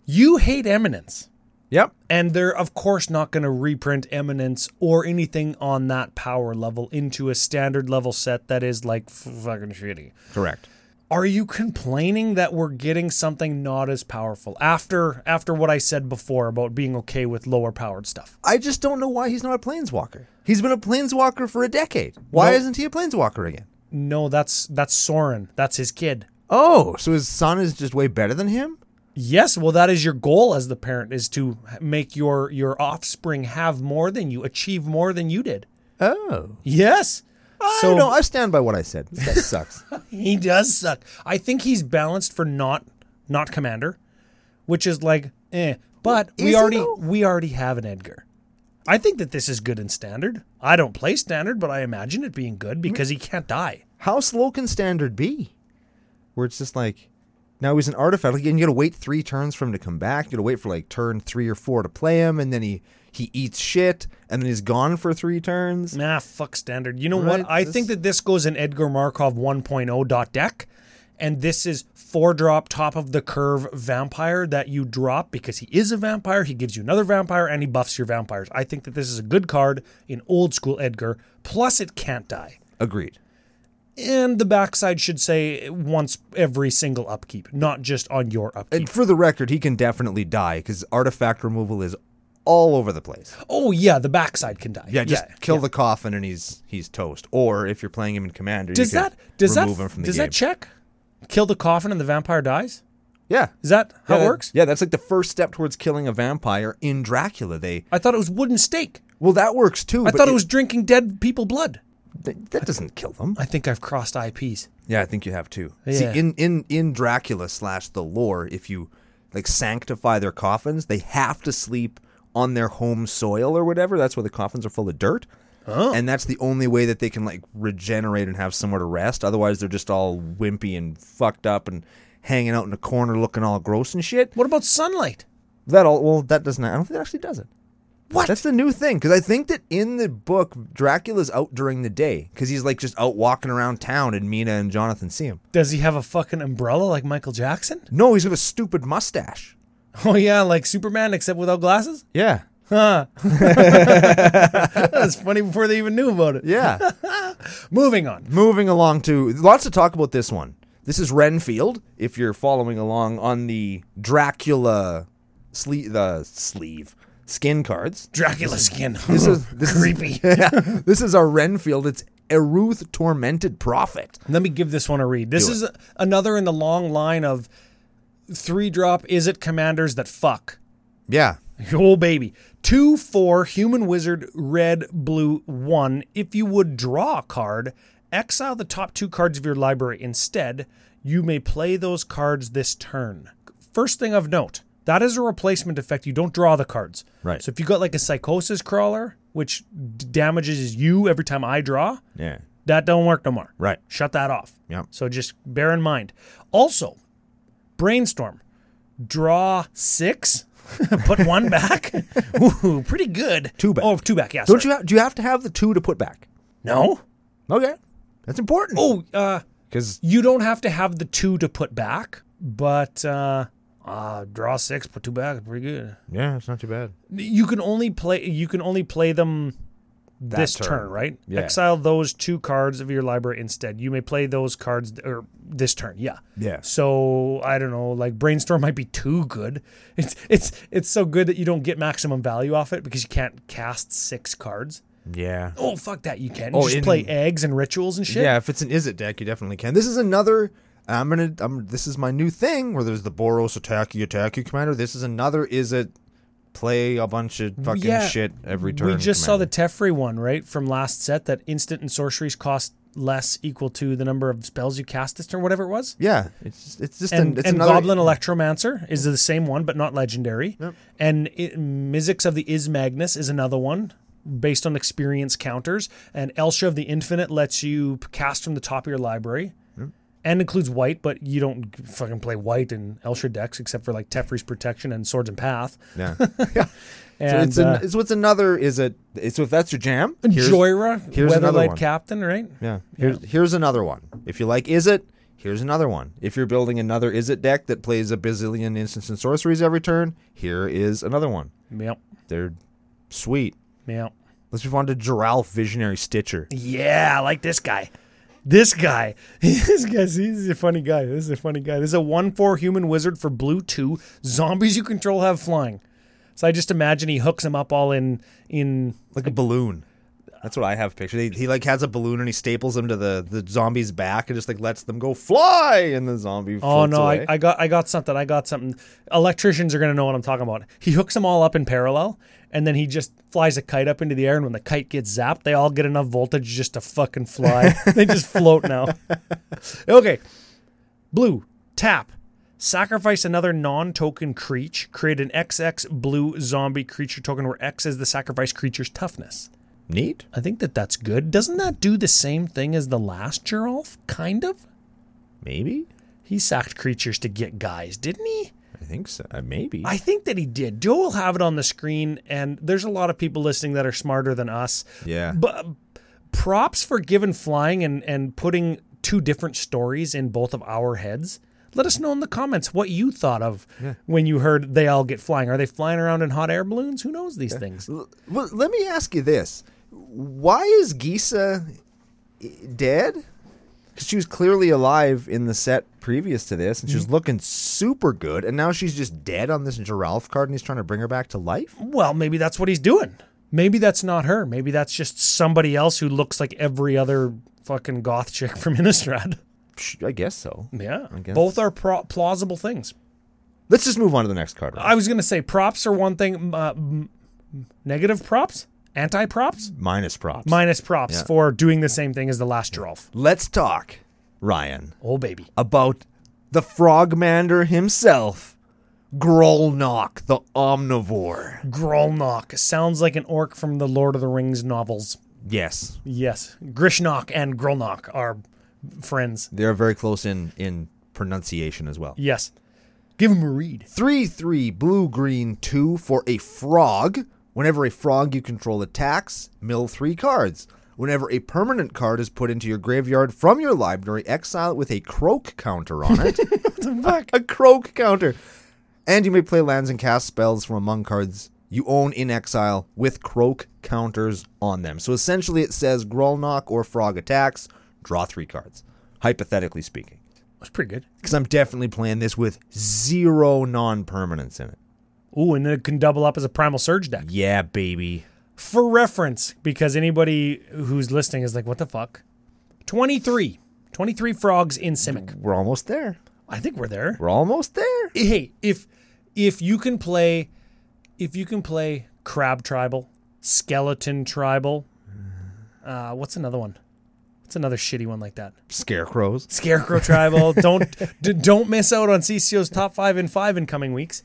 You hate Eminence.
Yep.
And they're, of course, not going to reprint Eminence or anything on that power level into a standard level set that is like f- fucking shitty.
Correct.
Are you complaining that we're getting something not as powerful after after what I said before about being okay with lower powered stuff?
I just don't know why he's not a planeswalker. He's been a planeswalker for a decade. Why
No.
isn't he a planeswalker again?
No, that's that's Soren. That's his kid.
Oh, so his son is just way better than him?
Yes, well, that is your goal as the parent is to make your your offspring have more than you, achieve more than you did.
Oh.
Yes.
I know. I stand by what I said. This guy sucks.
he does suck. I think he's balanced for not not commander, which is like eh. But
Is
we
he
already
though?
we already have an Edgar. I think that this is good in standard. I don't play standard, but I imagine it being good because he can't die.
How slow can standard be? Where it's just like, now he's an artifact. Like, and you gotta wait three turns for him to come back. You gotta wait for like turn three or four to play him, and then he he eats shit, and then he's gone for three turns.
Nah, fuck standard. You know
Right,
what? I
this-
think that this goes in Edgar Markov 1.0 dot deck, and this is four drop top of the curve vampire that you drop because he is a vampire. He gives you another vampire and he buffs your vampires. I think that this is a good card in old school Edgar. Plus, it can't die.
Agreed.
And the backside should say once every single upkeep, not just on your upkeep.
And for the record, he can definitely die because artifact removal is all over the place.
Oh yeah, the backside can die.
Yeah, just kill the coffin and he's he's toast. Or if you're playing him in commander,
Does
you
that
could
does that
remove him from the
does
game.
that check? Kill the coffin and the vampire dies.
yeah,
Is that how
yeah,
it
that-
works?
Yeah, that's like the first step towards killing a vampire in Dracula. They
I thought it was wooden stake.
well, that works too.
I
but
thought it was drinking dead people blood.
that, that doesn't kill them.
I think I've crossed IPs.
Yeah, I think you have too.
Yeah.
See, in in in Dracula slash the lore, if you like sanctify their coffins, they have to sleep on their home soil or whatever. That's why the coffins are full of dirt.
Oh.
And that's the only way that they can like regenerate and have somewhere to rest. Otherwise, they're just all wimpy and fucked up and hanging out in a corner looking all gross and shit.
What about sunlight?
That all well, that doesn't. I don't think that actually does it.
What?
That's the new thing because I think that in the book, Dracula's out during the day because he's like just out walking around town, and Mina and Jonathan see him.
Does he have a fucking umbrella like Michael Jackson?
No, he's got a stupid mustache.
Oh yeah, like Superman except without glasses.
Yeah.
Huh. that was funny before they even knew about it.
Yeah.
Moving on.
Moving along to lots to talk about this one. This is Renfield, if you're following along on the Dracula sleeve the sleeve skin cards.
Dracula skin.
This is this is,
creepy.
this is our Renfield. It's Eruth Tormented Prophet.
Let me give this one a read. This is a- another in the long line of three drop is it commanders that fuck.
Yeah.
Oh baby. Two four human wizard red blue one. If you would draw a card, exile the top two cards of your library instead. You may play those cards this turn. First thing of note, that is a replacement effect. You don't draw the cards.
Right.
So if you got like a psychosis crawler, which d- damages you every time I draw,
Yeah.
that don't work no more.
Right.
Shut that off.
Yep.
So just bear in mind. Also, brainstorm. Draw six. Put one back. Ooh, pretty good.
Two back.
Oh, two back. Yeah.
Don't you have, do you have to have the two to put back?
No.
Okay. That's important.
Oh, uh,
Cuz
you don't have to have the two to put back, but uh, uh, draw six, put two back. Pretty good.
yeah, it's not too bad.
You can only play. You can only play them this turn,
turn.
right?
Yeah.
Exile those two cards of your library instead. You may play those cards th- or this turn. Yeah.
Yeah.
So I don't know. Like brainstorm might be too good. It's it's it's so good that you don't get maximum value off it because you can't cast six cards.
Yeah.
Oh fuck that you can. You
Oh,
just
in-
play eggs and rituals and shit.
Yeah, if it's an is it deck, you definitely can. This is another. I'm gonna. I'm, this is my new thing where there's the Boros attacky attacky commander. This is another. Is it play a bunch of fucking
Yeah.
shit every turn?
We just saw the Teferi one, right, from last set that instant and sorceries cost less equal to the number of spells you cast this turn, whatever it was.
Yeah, it's just- it's just
and,
an, it's
and
another
Goblin Electromancer is the same one, but not legendary. And it, Mizzix of the Is Magnus is another one based on experience counters. And Elsha of the Infinite lets you p- cast from the top of your library. And includes white, but you don't g- fucking play white in Elsha decks except for like Teferi's Protection and Swords and Path.
Yeah, yeah. so
And
it's, an,
uh,
it's what's another. Is it? So if that's your jam, here's-
Joyra,
here's another
Weatherlight
one.
Captain, right?
Yeah. Here's here's another one. If you like is it, here's another one. If you're building another is it deck that plays a bazillion instants and sorceries every turn, here is another one.
Yep.
They're sweet.
Yep.
Let's move on to Giralf Visionary Stitcher.
Yeah, I like this guy. This guy, this guy's he's a funny guy. This is a funny guy. This is a one four human wizard for blue two. Zombies you control have flying. So I just imagine he hooks them up all in in
Like a balloon. That's what I have pictured. He, he like has a balloon and he staples them to the, the zombie's back and just like lets them go fly and the zombie
Oh
floats
no, I,
away.
I got I got something. I got something. Electricians are gonna know what I'm talking about. He hooks them all up in parallel, and then he just flies a kite up into the air. And when the kite gets zapped, they all get enough voltage just to fucking fly. they just float now. Okay, blue tap. Sacrifice another non-token creature. Create an XX blue zombie creature token, where X is the sacrifice creature's toughness.
Neat.
I think that that's good. Doesn't that do the same thing as the last Gerolf? Kind of.
Maybe?
He sacked creatures to get guys, didn't he?
I think so. Uh, maybe.
I think that he did. Joe will have it on the screen, and there's a lot of people listening that are smarter than us.
yeah.
But props for giving flying and, and putting two different stories in both of our heads. Let us know in the comments what you thought of when you heard they all get flying. Are they flying around in hot air balloons? Who knows these things?
L- well, let me ask you this. Why is Gisa i- eh, dead? 'Cause she was clearly alive in the set previous to this, and she was looking super good, and now she's just dead on this Giralf card, and he's trying to bring her back to life.
Well, maybe that's what he's doing. Maybe that's not her. Maybe that's just somebody else who looks like every other fucking goth chick from Innistrad.
Psh, I guess so.
Yeah.
guess.
Both are pro- plausible things.
Let's just move on to the next card.
I was going to say props are one thing, uh, m- m- negative props, anti props,
Minus props.
minus props
Yeah.
for doing the same thing as the last Giralf.
Let's talk, Ryan,
Oh, baby.
about the Frogmander himself, Grolnok the Omnivore.
Grolnok sounds like an orc from the Lord of the Rings novels.
Yes,
Yes. Grishnok and Grolnok are friends.
they're very close in in pronunciation as well.
Yes. Give him a read.
3 3 blue green 2 for a frog. Whenever a frog you control attacks, mill 3 cards. Whenever a permanent card is put into your graveyard from your library, exile it with a croak counter on it. A croak counter. And you may play lands and cast spells from among cards you own in exile with croak counters on them. So essentially it says Grolnok or frog attacks, draw 3 cards, hypothetically speaking
That's pretty good.
because I'm definitely playing this with zero non permanence in it.
Ooh, and then it can double up as a Primal Surge deck.
Yeah, baby.
For reference, because anybody who's listening is like, what the fuck? 23. 23 frogs in Simic.
We're almost there.
I think we're there.
We're almost there.
Hey, if if you can play if you can play Crab Tribal, Skeleton Tribal, uh, what's another one? What's another shitty one like that?
Scarecrows.
Scarecrow Tribal. Don't d- don't miss out on CCO's top five and five in coming weeks.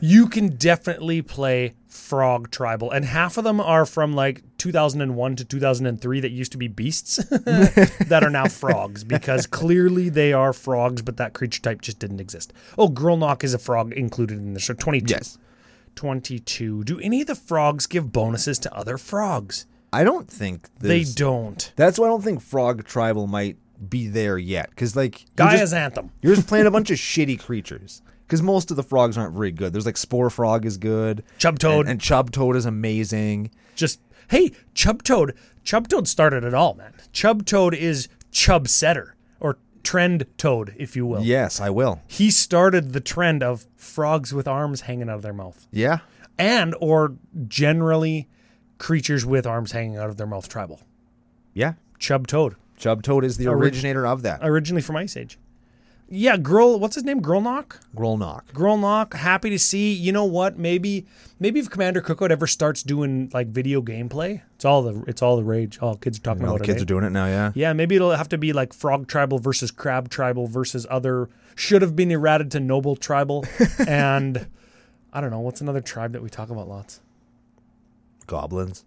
You can definitely play Frog Tribal, and half of them are from like 2001 to 2003 that used to be beasts that are now frogs because clearly they are frogs, but that creature type just didn't exist. Oh, Grillnock is a frog included in this. So 22.
Yes.
22. Do any of the frogs give bonuses to other frogs?
I don't think
They
there's-
don't.
That's why I don't think Frog Tribal might be there yet. Because, like, you're
Gaia's
just,
Anthem.
you're just playing a bunch of shitty creatures. Because most of the frogs aren't very good. There's like Spore Frog is good.
Chubtoad.
And, and Chubtoad is amazing.
just hey chubtoad chubtoad started it all man chubtoad is chub setter or trend toad if you will
Yes, I will.
he started the trend of frogs with arms hanging out of their mouth
Yeah.
and or generally creatures with arms hanging out of their mouth tribal
Yeah.
chubtoad
Chubtoad is the originator of that.
originally from ice age yeah girl what's his name Grolnok?
Grolnok.
Grolnok, happy to see. You know what? Maybe maybe if Commander Cookout ever starts doing like video gameplay, it's all the it's all the rage. All kids are talking
All
about
the
it,
kids
eh?
are doing it now, yeah.
Yeah, maybe it'll have to be like frog tribal versus crab tribal versus other should have been errated to noble tribal and I don't know what's another tribe that we talk about lots.
goblins.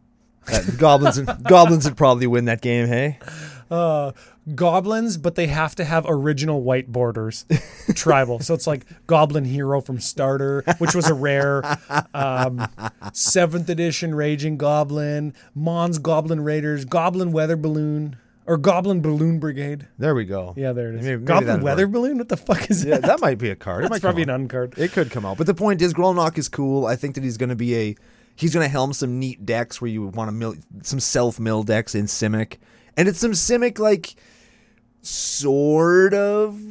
Uh, goblins and goblins would probably win that game. Hey,
Uh, goblins, but they have to have original white borders. tribal, so it's like goblin hero from starter, which was a rare um, seventh edition raging goblin, Mons goblin raiders, goblin weather balloon or goblin balloon brigade.
there we go.
Yeah, there it is.
Maybe- maybe
goblin
that'd
weather
work.
balloon. What the fuck is
Yeah,
that?
that might be a card. It might
That's
come
probably
out.
an uncard.
It could come out. But the point is, Grolnok is cool. I think that he's going to be a he's going to helm some neat decks where you want to mill some self mill decks in Simic, and it's some Simic like sort of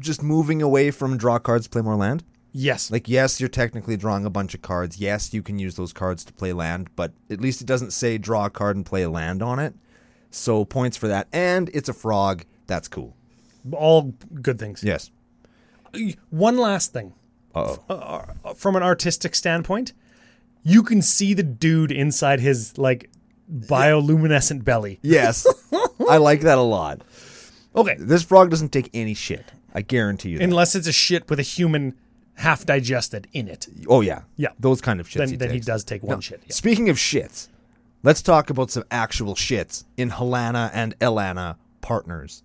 just moving away from draw cards, play more land.
Yes.
Like yes, you're technically drawing a bunch of cards. Yes, you can use those cards to play land, but at least it doesn't say draw a card and play a land on it. So points for that. And it's a frog. That's cool.
all good things.
Yes.
One last thing. Uh, from an artistic standpoint, you can see the dude inside his like bioluminescent belly.
Yes. I like that a lot.
Okay,
This frog doesn't take any shit. I guarantee you. That.
unless it's a shit with a human half digested in it,
oh yeah.
Yeah.
Those kind of shits.
then
he
then he
takes.
does take one shit. yeah.
Speaking of shits, let's talk about some actual shits in Helena and Elana partners.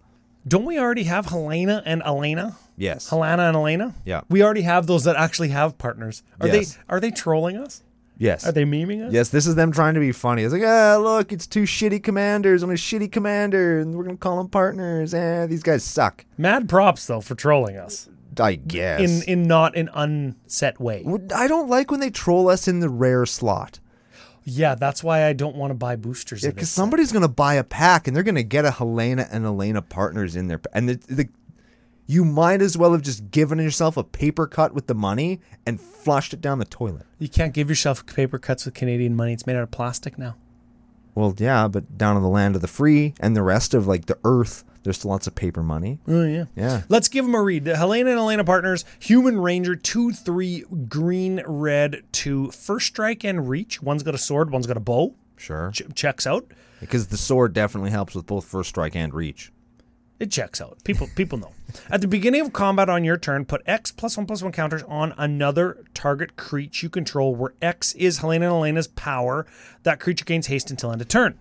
Don't we already have Helena and Elena?
Yes.
Helena and Elena.
Yeah.
we already have those that actually have partners. Are
Yes.
they are they trolling us?
yes.
Are they memeing us?
Yes, this is them trying to be funny. It's like, ah, look, it's two shitty commanders. I'm a shitty commander, and we're gonna call them partners. Eh, these guys suck.
Mad props though for trolling us
I guess.
in in not an unset way.
I don't like when they troll us in the rare slot.
Yeah, that's why I don't want to buy boosters. of
Because
this.
somebody's going to buy a pack and they're going to get a Helena and Elena partners in there. And the, the, you might as well have just given yourself a paper cut with the money and flushed it down the toilet.
You can't give yourself paper cuts with Canadian money. It's made out of plastic now.
Well, yeah, but down in the land of the free and the rest of like the earth, there's still lots of paper money.
Oh yeah.
Yeah.
Let's give them a read. Helena and Elena Partners, Human Ranger 2 3, green, red 2, first strike and reach. One's got a sword, one's got a bow.
Sure.
Ch- checks out.
Because the sword definitely helps with both first strike and reach.
It checks out. People people know. At the beginning of combat on your turn, put X plus one plus one counters on another target creature you control, where X is Helena and Elena's power. That creature gains haste until end of turn.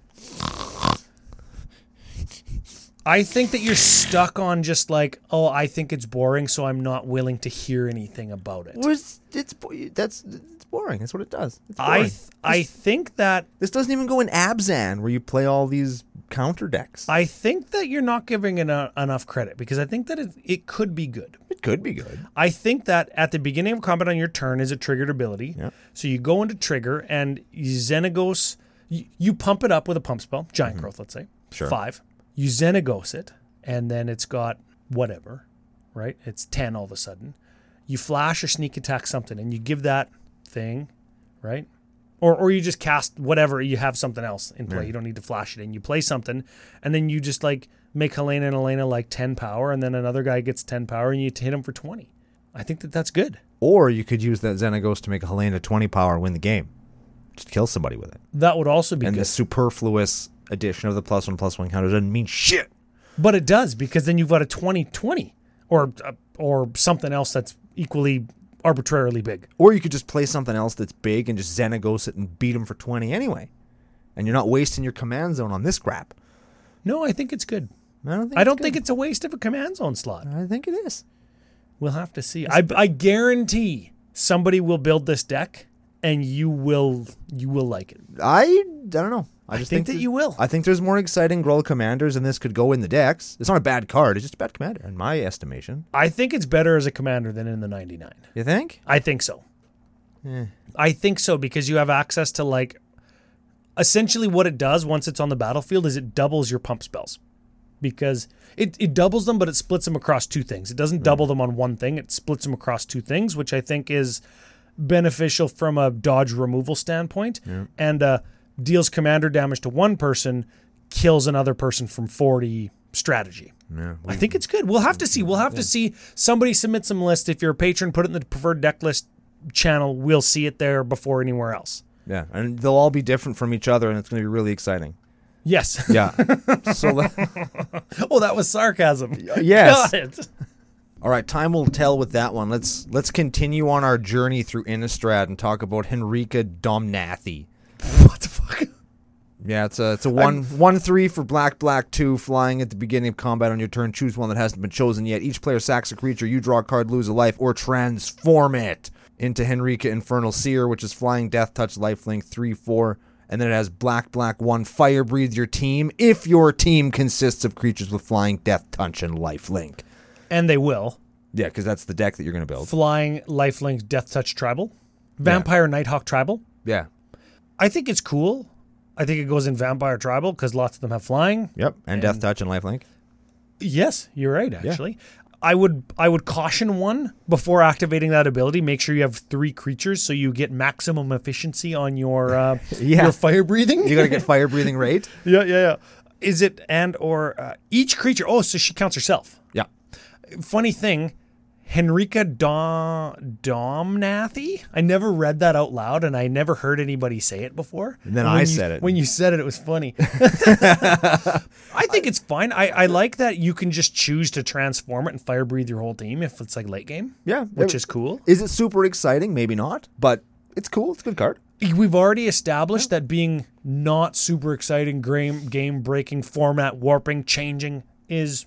I think that you're stuck on just like, oh, I think it's boring, so I'm not willing to hear anything about it.
Where's it's bo- that's it's boring. That's what it does. It's
I
boring.
th- I think that
this doesn't even go in Abzan where you play all these counter decks.
I think that you're not giving it a, enough credit because I think that it, it could be good.
it could be good.
I think that at the beginning of combat on your turn is a triggered ability. So you go into trigger and Xenagos, you, you pump it up with a pump spell, giant growth, let's say,
Sure.
five. You Xenagos it, and then it's got whatever, right? It's 10 all of a sudden. You flash or sneak attack something and you give that thing, right? Or, or you just cast whatever you have something else in play. You don't need to flash it in. You play something, and then you just like make Helena and Elena like ten power, and then another guy gets ten power, and you hit him for twenty. I think that that's good.
Or you could use that Xenagos to make a Helena 20 power and win the game. Just kill somebody with it.
That would also be
And
good.
the superfluous addition of the plus one plus one counter doesn't mean shit.
But it does because then you've got a 2020 or uh, or something else that's equally arbitrarily big.
Or you could just play something else that's big and just Xenagos it and beat him for 20 anyway. And you're not wasting your command zone on this crap.
No, I think it's good.
I don't think
I
it's
don't
good.
think it's a waste of a command zone slot.
I think it is.
We'll have to see. I, I guarantee somebody will build this deck and you will you will like it.
I I don't know. I just
think that
there's-
you will.
I think there's more exciting Growl commanders, and this could go in the decks. It's not a bad card. It's just a bad commander, in my estimation.
I think it's better as a commander than in the 99.
You think?
I think so. I think so because you have access to like essentially what it does once it's on the battlefield is it doubles your pump spells because it, it doubles them but it splits them across two things. It doesn't double them on one thing, it splits them across two things, which I think is beneficial from a dodge removal standpoint and uh, deals commander damage to one person, kills another person from 40 strategy. I think it's good. We'll have to see. We'll have to see. Somebody submit some list. If you're a patron, put it in the preferred deck list channel. We'll see it there before anywhere else.
Yeah, and they'll all be different from each other, and it's going to be really exciting.
Yes.
Yeah. so, le-
oh, that was sarcasm.
yes.
Got it.
all right. Time will tell with that one. Let's let's continue on our journey through Innistrad and talk about Henrika Domnathy.
What the fuck?
Yeah, it's a it's a one one three for black black two flying at the beginning of combat on your turn. Choose one that hasn't been chosen yet. Each player sacks a creature. You draw a card, lose a life, or transform it into Henrika Infernal Seer, which is flying, death touch, lifelink three four, and then it has black black one fire breathe your team if your team consists of creatures with flying, death touch, and lifelink.
And they will.
Yeah, because that's the deck that you're gonna build.
Flying, lifelink, death touch tribal, vampire, nighthawk tribal.
Yeah.
I think it's cool. I think it goes in vampire tribal because lots of them have flying.
Yep. And, death touch and lifelink.
Yes, you're right. Actually, I would I would caution one before activating that ability. Make sure you have three creatures so you get maximum efficiency on your uh,
Yeah.
your fire breathing.
You're gonna get fire breathing rate.
yeah, yeah, yeah. Is it and or uh, each creature? Oh, so she counts herself.
Yeah.
Funny thing, Henrika Dom Domnathy. I never read that out loud, and I never heard anybody say it before. And
then I
when
said
you,
it.
When you said it, it was funny. I think it's fine. I, I like that you can just choose to transform it and fire breathe your whole team if it's like late game.
Yeah.
which is cool.
Is it super exciting? Maybe not, but it's cool. It's a good card.
We've already established that being not super exciting, game game breaking, format warping, changing is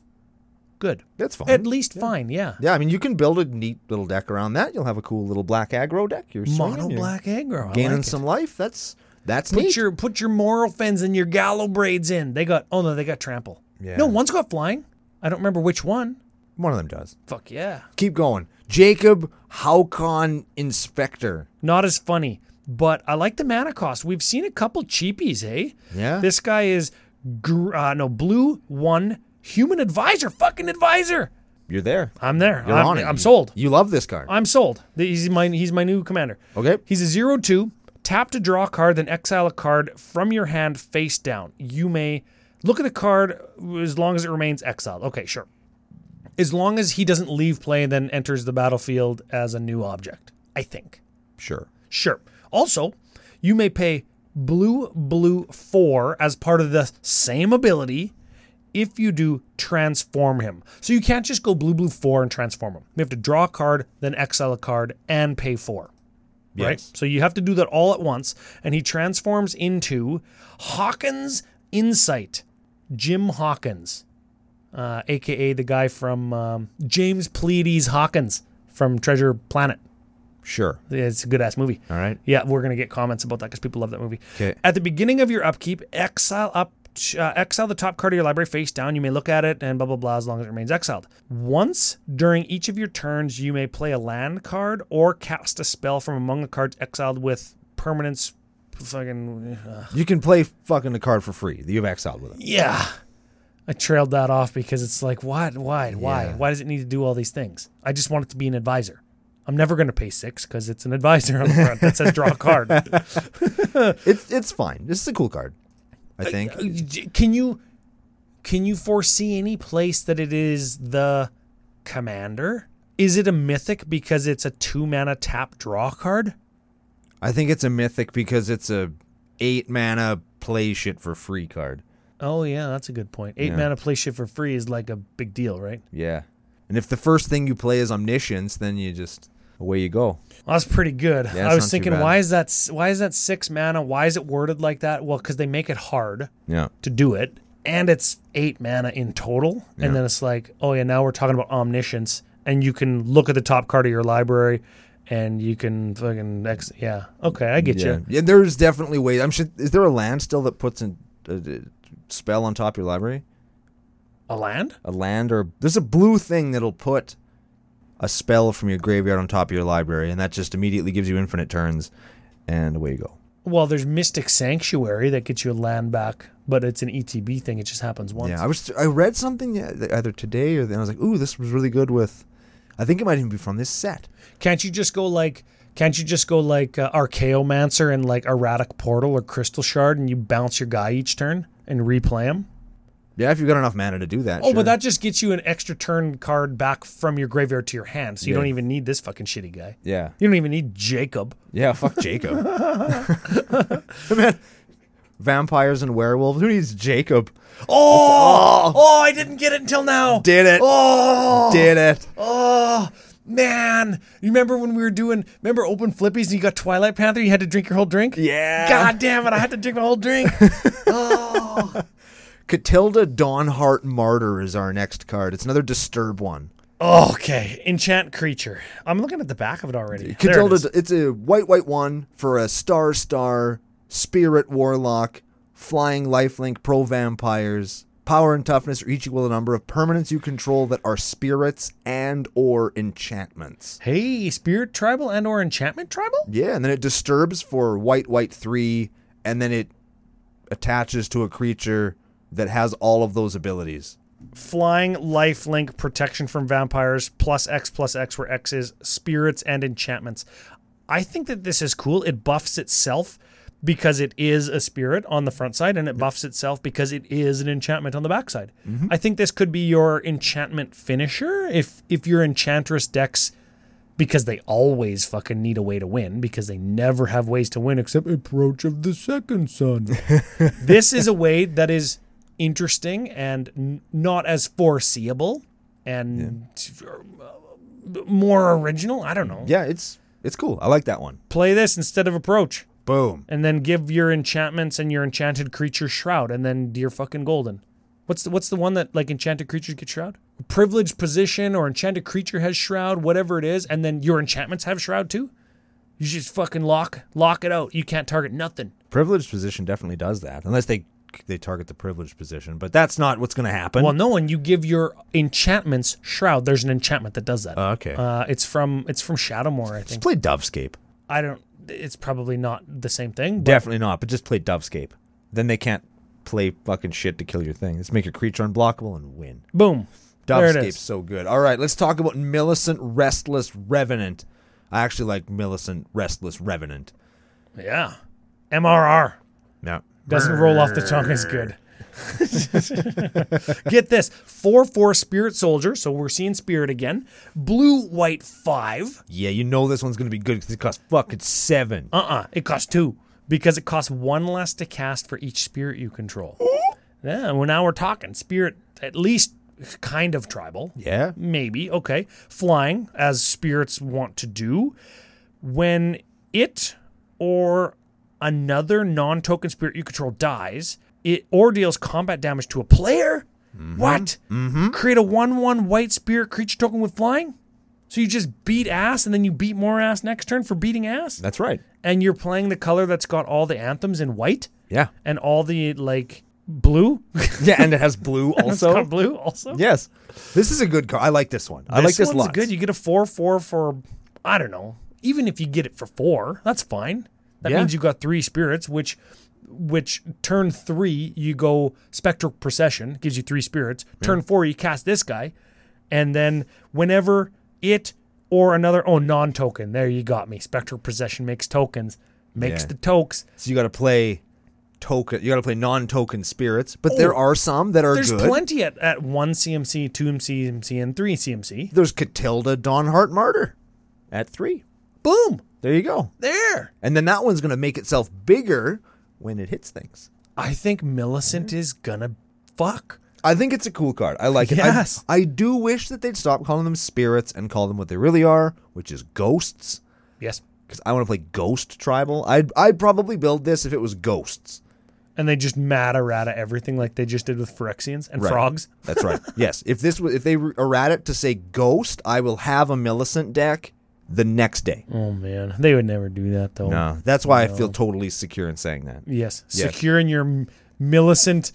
good.
That's fine.
At least fine, yeah.
yeah, I mean, you can build a neat little deck around that. You'll have a cool little black aggro deck. You're swinging,
Mono
you're
black aggro. I
gaining
like it.
some life. That's that's
Put
neat.
your put your moral fins and your gallow braids in. They got oh no, they got trample.
Yeah.
No, one's got flying. I don't remember which one.
One of them does.
Fuck yeah.
Keep going. Jacob Haukon Inspector.
Not as funny. But I like the mana cost. We've seen a couple cheapies, eh?
Yeah.
This guy is gr- uh, no blue one human advisor, fucking advisor.
You're there.
I'm there.
You're
I'm,
on it.
I'm
You-
sold.
You love this card.
I'm sold. He's my he's my new commander.
Okay.
He's a zero two. Tap to draw a card, then exile a card from your hand face down. You may look at the card as long as it remains exiled. Okay, sure. As long as he doesn't leave play and then enters the battlefield as a new object, I think.
Sure.
Sure. Also, you may pay blue, blue four as part of the same ability if you do transform him. So you can't just go blue, blue four and transform him. You have to draw a card, then exile a card, and pay four. Right?
Yes.
So you have to do that all at once. And he transforms into Hawkins Insight, Jim Hawkins, uh, aka the guy from um, James Pleiades Hawkins from Treasure Planet.
Sure.
It's a good ass movie.
All right.
Yeah, we're gonna get comments about that because people love that movie.
'Kay.
At the beginning of your upkeep, exile up, uh, exile the top card of your library face down. You may look at it and blah blah blah as long as it remains exiled. Once during each of your turns, you may play a land card or cast a spell from among the cards exiled with permanence. Fucking uh,
You can play fucking the card for free. You've exiled with it.
yeah. I trailed that off because it's like, what? Why? Why?
Yeah.
Why does it need to do all these things? I just want it to be an advisor. I'm never going to pay six because it's an advisor on the front that says draw a card.
It's it's fine. This is a cool card. I think.
Uh, j- Can you can you foresee any place that it is the commander? Is it a mythic because it's a two mana tap draw card?
I think it's a mythic because it's a eight mana play shit for free card.
Oh yeah, that's a good point. Eight
Yeah.
mana play shit for free is like a big deal, right?
Yeah. And if the first thing you play is omniscience, then you just away you go.
Well, that's pretty good.
Yeah, it's
I
not
was
too
thinking,
bad.
why is that? s- Why is that six mana? Why is it worded like that? Well, because they make it hard.
Yeah.
to do it, and it's eight mana in total. And then it's like, oh yeah, now we're talking about omniscience, and you can look at the top card of your library, and you can fucking ex- yeah, okay, I get
Yeah.
you.
Yeah. There's definitely ways. I'm sure. Is there a land still that puts in a, a spell on top of your library?
A land?
A land or there's a blue thing that'll put a spell from your graveyard on top of your library, and that just immediately gives you infinite turns, and away you go.
Well, there's Mystic Sanctuary that gets you a land back, but it's an ETB thing. It just happens once.
Yeah, I was I read something yeah, th- either today or then I was like, ooh, this was really good with. I think it might even be from this set.
Can't you just go like? Can't you just go like uh, Archaeomancer and like Erratic Portal or Crystal Shard, and you bounce your guy each turn and replay him?
Yeah, if you've got enough mana to do that.
Oh,
sure.
but that just gets you an extra turn card back from your graveyard to your hand, so you
Yeah.
don't even need this fucking shitty guy.
Yeah,
You don't even need Jacob.
yeah. Fuck Jacob. Man, vampires and werewolves. Who needs Jacob? Oh,
Oh, I didn't get it until now.
did it?
oh,
Did it?
oh, man! You remember when we were doing? Remember open flippies and you got Twilight Panther? You had to drink your whole drink.
Yeah.
God damn it! I had to drink my whole drink.
Catilda Dawnheart Martyr is our next card. It's another disturb one.
okay, enchant creature. I'm looking at the back of it already. There it is.
Catilda, it's a white, white one for a star, star, spirit, warlock, flying lifelink, pro vampires. Power and toughness are each equal to the number of permanents you control that are spirits and or enchantments.
Hey, spirit tribal and or enchantment tribal.
Yeah, and then it disturbs for white, white three, and then it attaches to a creature that has all of those abilities.
Flying, lifelink, protection from vampires, plus X plus X where X is spirits and enchantments. I think that this is cool. It buffs itself because it is a spirit on the front side, and it buffs itself because it is an enchantment on the backside. I think this could be your enchantment finisher if if your enchantress decks because they always fucking need a way to win because they never have ways to win except approach of the second sun. this is a way that is interesting and n- not as foreseeable and uh, more original. I don't know.
Yeah, it's it's cool. I like that one.
Play this instead of approach
Boom.
and then give your enchantments and your enchanted creature shroud and then you're fucking golden. What's the, what's the one that like enchanted creatures get shroud? Privileged position or enchanted creature has shroud, whatever it is, and then your enchantments have shroud too? You just fucking lock lock it out. You can't target nothing.
Privileged position definitely does that, unless they they target the privileged position. But that's not what's going to happen.
Well, no, and you give your enchantments shroud. There's an enchantment that does that.
Uh, okay.
Uh, it's from it's from Shadowmoor, I think.
Just play Dovescape.
I don't it's probably not the same thing. But
Definitely not, but just play Dovescape. Then they can't play fucking shit to kill your thing. Let's make your creature unblockable and win.
boom. There it
Dovescape's
is.
so good. All right, let's talk about Millicent Restless Revenant. I actually like Millicent Restless Revenant.
Yeah. MRR
Yeah.
doesn't roll off the tongue as good. Get this 4 4 Spirit Soldier. So we're seeing Spirit again. Blue, white, 5.
Yeah, you know this one's going to be good because it costs fucking seven.
Uh uh It costs 2 because it costs 1 less to cast for each Spirit you control. Yeah, well, now we're talking. Spirit, at least kind of tribal.
Yeah?
Maybe. Okay. Flying, as spirits want to do. When it or another non token spirit you control dies, it or deals combat damage to a player. What? Mm-hmm. Create a 1 1 white spirit creature token with flying? So you just beat ass and then you beat more ass next turn for beating ass?
That's right.
And you're playing the color that's got all the anthems in white
Yeah.
and all the, like, blue?
Yeah, and it has blue also.
Got blue also?
Yes. This is a good card. I like this one. I like this
one's
lot.
good. You get a four four for I don't know. Even if you get it for four, that's fine. That
Yeah.
means you got three spirits, which which turn three you go spectral procession gives you three spirits. Turn four you cast this guy, and then whenever it or another oh non token there you got me spectral procession makes tokens makes
Yeah.
the tokes.
So you got to play token. You got to play non-token spirits, but there are some that are
Oh, There's
good.
plenty at, at one CMC, two CMC, and three CMC.
There's Catilda Donhart Martyr at three.
Boom
There you go.
there.
And then that one's going to make itself bigger when it hits things.
I think Millicent is gonna fuck.
I think it's a cool card. I like it. I-
Yes.
I, do wish that they'd stop calling them spirits and call them what they really are, which is ghosts.
Yes.
Because I want to play Ghost Tribal. I'd I'd probably build this if it was ghosts.
And they just mad errata everything like they just did with Phyrexians and
Right.
frogs.
That's right. yes. If this was if they re- errat it to say ghost, I will have a Millicent deck the next day.
Oh man, they would never do that though.
No, that's why I feel totally secure in saying that.
Yes.
Yes.
Securing your M- Millicent,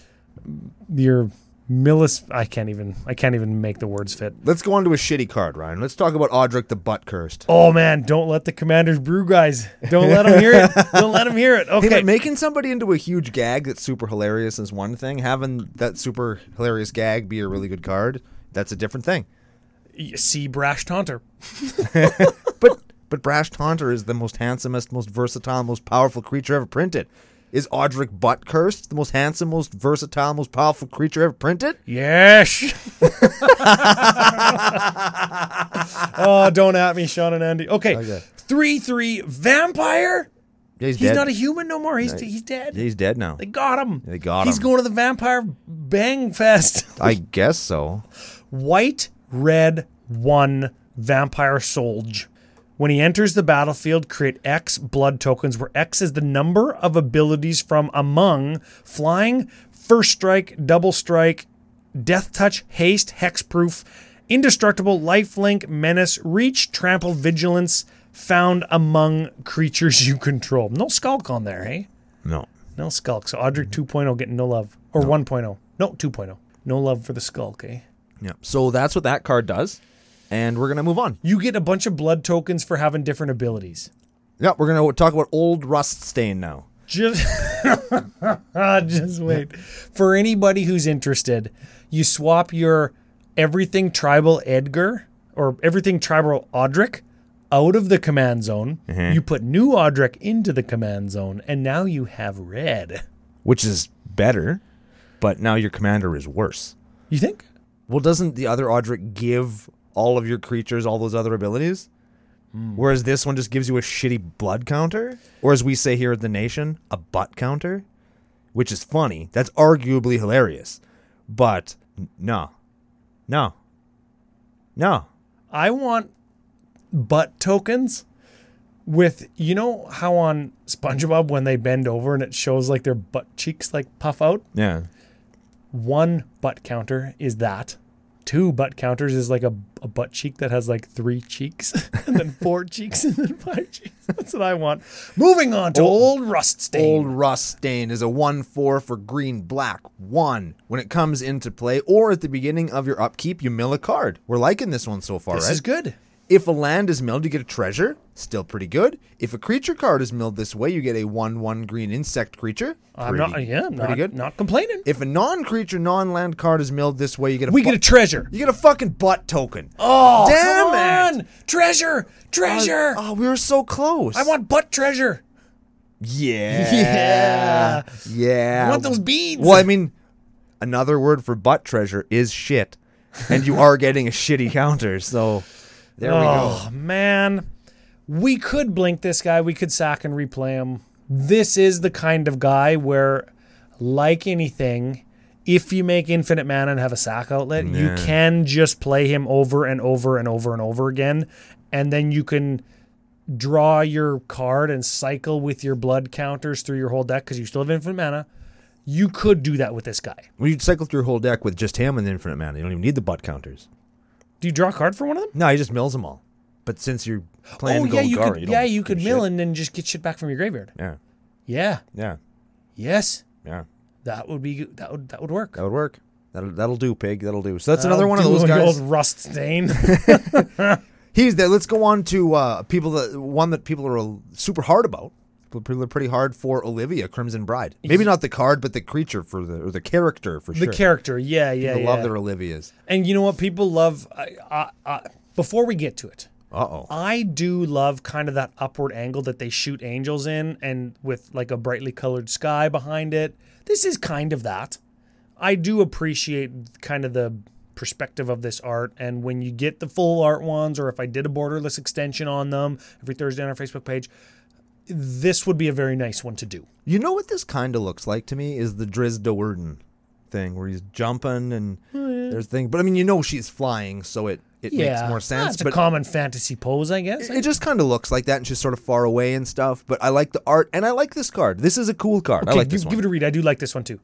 your Millis. I can't even. I can't even make the words fit.
Let's go on to a shitty card, Ryan. Let's talk about Audric the Butt Cursed.
Oh man, don't let the Commanders brew guys. Don't let them hear it. Don't let them hear it.
Hey,
Okay.
but making somebody into a huge gag that's super hilarious is one thing. Having that super hilarious gag be a really good card, that's a different thing.
Y- See brash taunter.
But but Brash Taunter is the most handsomest, most versatile, most powerful creature ever printed. Is Audric Butt Cursed the most handsome, most versatile, most powerful creature ever printed?
Yes. oh, don't at me, Sean and Andy. Okay.
Okay.
Three three vampire.
Yeah, he's,
He's
dead.
not a human no more. He's he's dead.
Yeah, he's dead now.
They got him.
They got
He's
him.
going to the vampire bang fest.
I guess so.
White, red, one vampire soldier. When he enters the battlefield, create X blood tokens, where X is the number of abilities from among flying, first strike, double strike, death touch, haste, hexproof, indestructible, lifelink, menace, reach, trample, vigilance, found among creatures you control. No skulk on there, eh?
No.
No skulk. So Audric 2.0 getting no love. Or 1.0. No, 2.0. No love for the skulk, eh?
Yeah. So that's what that card does. And we're going to move on.
You get a bunch of blood tokens for having different abilities.
Yeah, we're going to talk about Old Rust Stain now.
Just, Ah, just wait. For anybody who's interested, you swap your everything tribal Edgar or everything tribal Audric out of the command zone. You put new Audric into the command zone, and now you have red.
Which is better, but now your commander is worse.
You think?
Well, doesn't the other Audric give all of your creatures all those other abilities?
Hmm.
Whereas this one just gives you a shitty blood counter? Or as we say here at the nation, a butt counter? Which is funny. That's arguably hilarious. But n- no. No. No.
I want butt tokens with you know how on SpongeBob when they bend over and it shows like their butt cheeks like puff out.
Yeah.
One butt counter is that. Two butt counters is like a, a butt cheek that has like three cheeks and then four cheeks and then five cheeks. That's what I want. Moving on to old, rust stain.
Old Rust Stain is a 1 4 for green black 1. When it comes into play or at the beginning of your upkeep, you mill a card. We're liking this one so far,
this
right?
is good.
If a land is milled, you get a treasure. Still pretty good. If a creature card is milled this way, you get a one-one green insect creature.
Oh, I'm
Pretty-
not. Yeah, I'm
pretty
not,
good.
Not complaining.
If a non-creature, non-land card is milled this way, you get a
we
bu-
get a treasure.
you get a fucking butt token.
Oh,
damn
come on! Treasure,
Oh,
treasure.
Oh, we were so close.
I want butt treasure.
Yeah. Yeah.
I want those beads.
Well, I mean, another word for butt treasure is shit, and you are getting a shitty counter. So there we go.
Oh man, we could blink this guy. We could sack and replay him. This is the kind of guy where, like anything, if you make infinite mana and have a sack outlet, you
Yeah.
can just play him over and over and over and over again, and then you can draw your card and cycle with your blood counters through your whole deck because you still have infinite mana. You could do that with this guy.
Well, you'd cycle through your whole deck with just him and the infinite mana. You don't even need the butt counters.
Do you draw a card for one of them?
No, he just mills them all. But since you're playing
oh yeah,
Gold
you
Guard,
could.
you don't
yeah, you
give
could
a
mill
shit.
and then just get shit back from your graveyard.
Yeah,
Yeah.
yeah,
Yes.
yeah.
That would be that would that would work.
That would work. That'll, that'll do, pig. That'll do. So that's another one of
Do
those
an
guys.
Old rust stain.
He's there. Let's go on to uh, people that one that people are uh, super hard about. People are pretty hard for Olivia Crimson Bride. Maybe not the card, but the creature for the or the character for
the
sure.
character, yeah, yeah,
People
yeah.
love their Olivias.
and you know what? People love. I, I, I, before we get to it,
Uh oh.
I do love kind of that upward angle that they shoot angels in, and with like a brightly colored sky behind it. This is kind of that. I do appreciate kind of the perspective of this art, and when you get the full art ones, or if I did a borderless extension on them every Thursday on our Facebook page, this would be a very nice one to do.
You know what this kind of looks like to me is the Driz de Worden thing, where he's jumping and
Oh,
there's thing. But I mean, you know, she's flying, so it it makes more sense.
Ah, It's a
but
common fantasy pose, I guess.
it just kind of looks like that, and she's sort of far away and stuff. But I like the art, and I like this card. This is a cool card. I
Okay,
like this
give,
one.
give it a read. I do like this one too.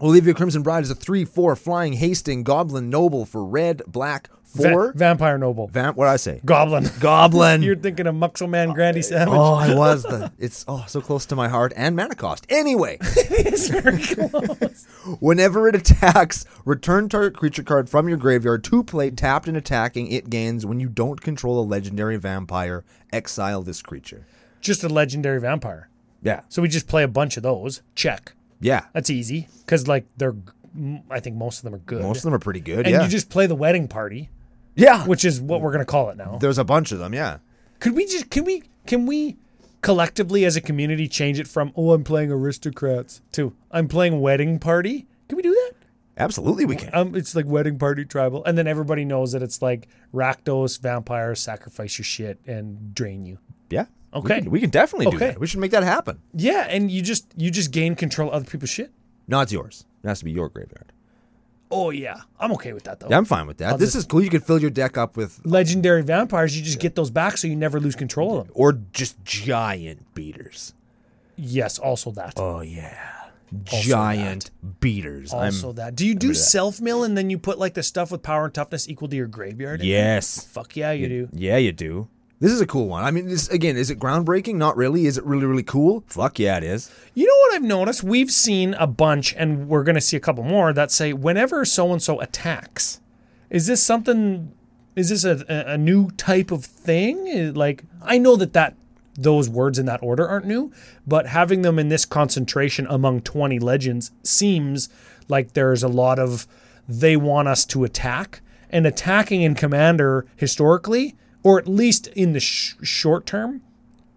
Olivia Crimson Bride is a 3 4 flying hasting goblin noble for red, black,
Va-
4.
Vampire Noble.
Vamp, what did I say?
Goblin.
Goblin.
You're thinking of Muxel Man Grandy Savage.
oh, I was. The, it's oh so close to my heart and mana cost. Anyway,
it's very close.
whenever it attacks, return target creature card from your graveyard to play tapped and attacking. It gains when you don't control a legendary vampire. Exile this creature.
just a legendary vampire.
Yeah.
So we just play a bunch of those. Check.
Yeah.
That's easy because like they're, m- I think most of them are good.
Most of them are pretty good.
and
yeah.
you just play the wedding party,
yeah.
which is what we're gonna call it now.
There's a bunch of them. Yeah.
Could we just can we can we collectively as a community change it from oh I'm playing aristocrats to I'm playing wedding party? Can we do that?
Absolutely, we can.
Um, it's like wedding party tribal, and then everybody knows that it's like Rakdos vampires sacrifice your shit and drain you.
Yeah.
Okay.
We can, we can definitely do
Okay.
that. We should make that happen.
Yeah, and you just you just gain control of other people's shit.
Not yours. It has to be your graveyard.
Oh yeah, I'm okay with that though.
Yeah, I'm fine with that. This is cool. You could fill your deck up with,
Legendary vampires, you just get those back, so you never lose control of them.
or just giant beaters.
Yes, also that.
Oh yeah, giant beaters.
also that. Do you do self mill and then you put like the stuff with power and toughness equal to your graveyard?
I'm yes,
Fuck yeah, you do.
yeah, you do. This is a cool one. I mean, this again is it groundbreaking? Not really. Is it really really cool? Fuck yeah, it is.
You know what I've noticed? We've seen a bunch, and we're going to see a couple more that say whenever so and so attacks. Is this something? Is this a, a a new type of thing? Eh, Like I know that that those words in that order aren't new, but having them in this concentration among twenty legends seems like there's a lot of they want us to attack and attacking in Commander historically, or at least in the sh- short term,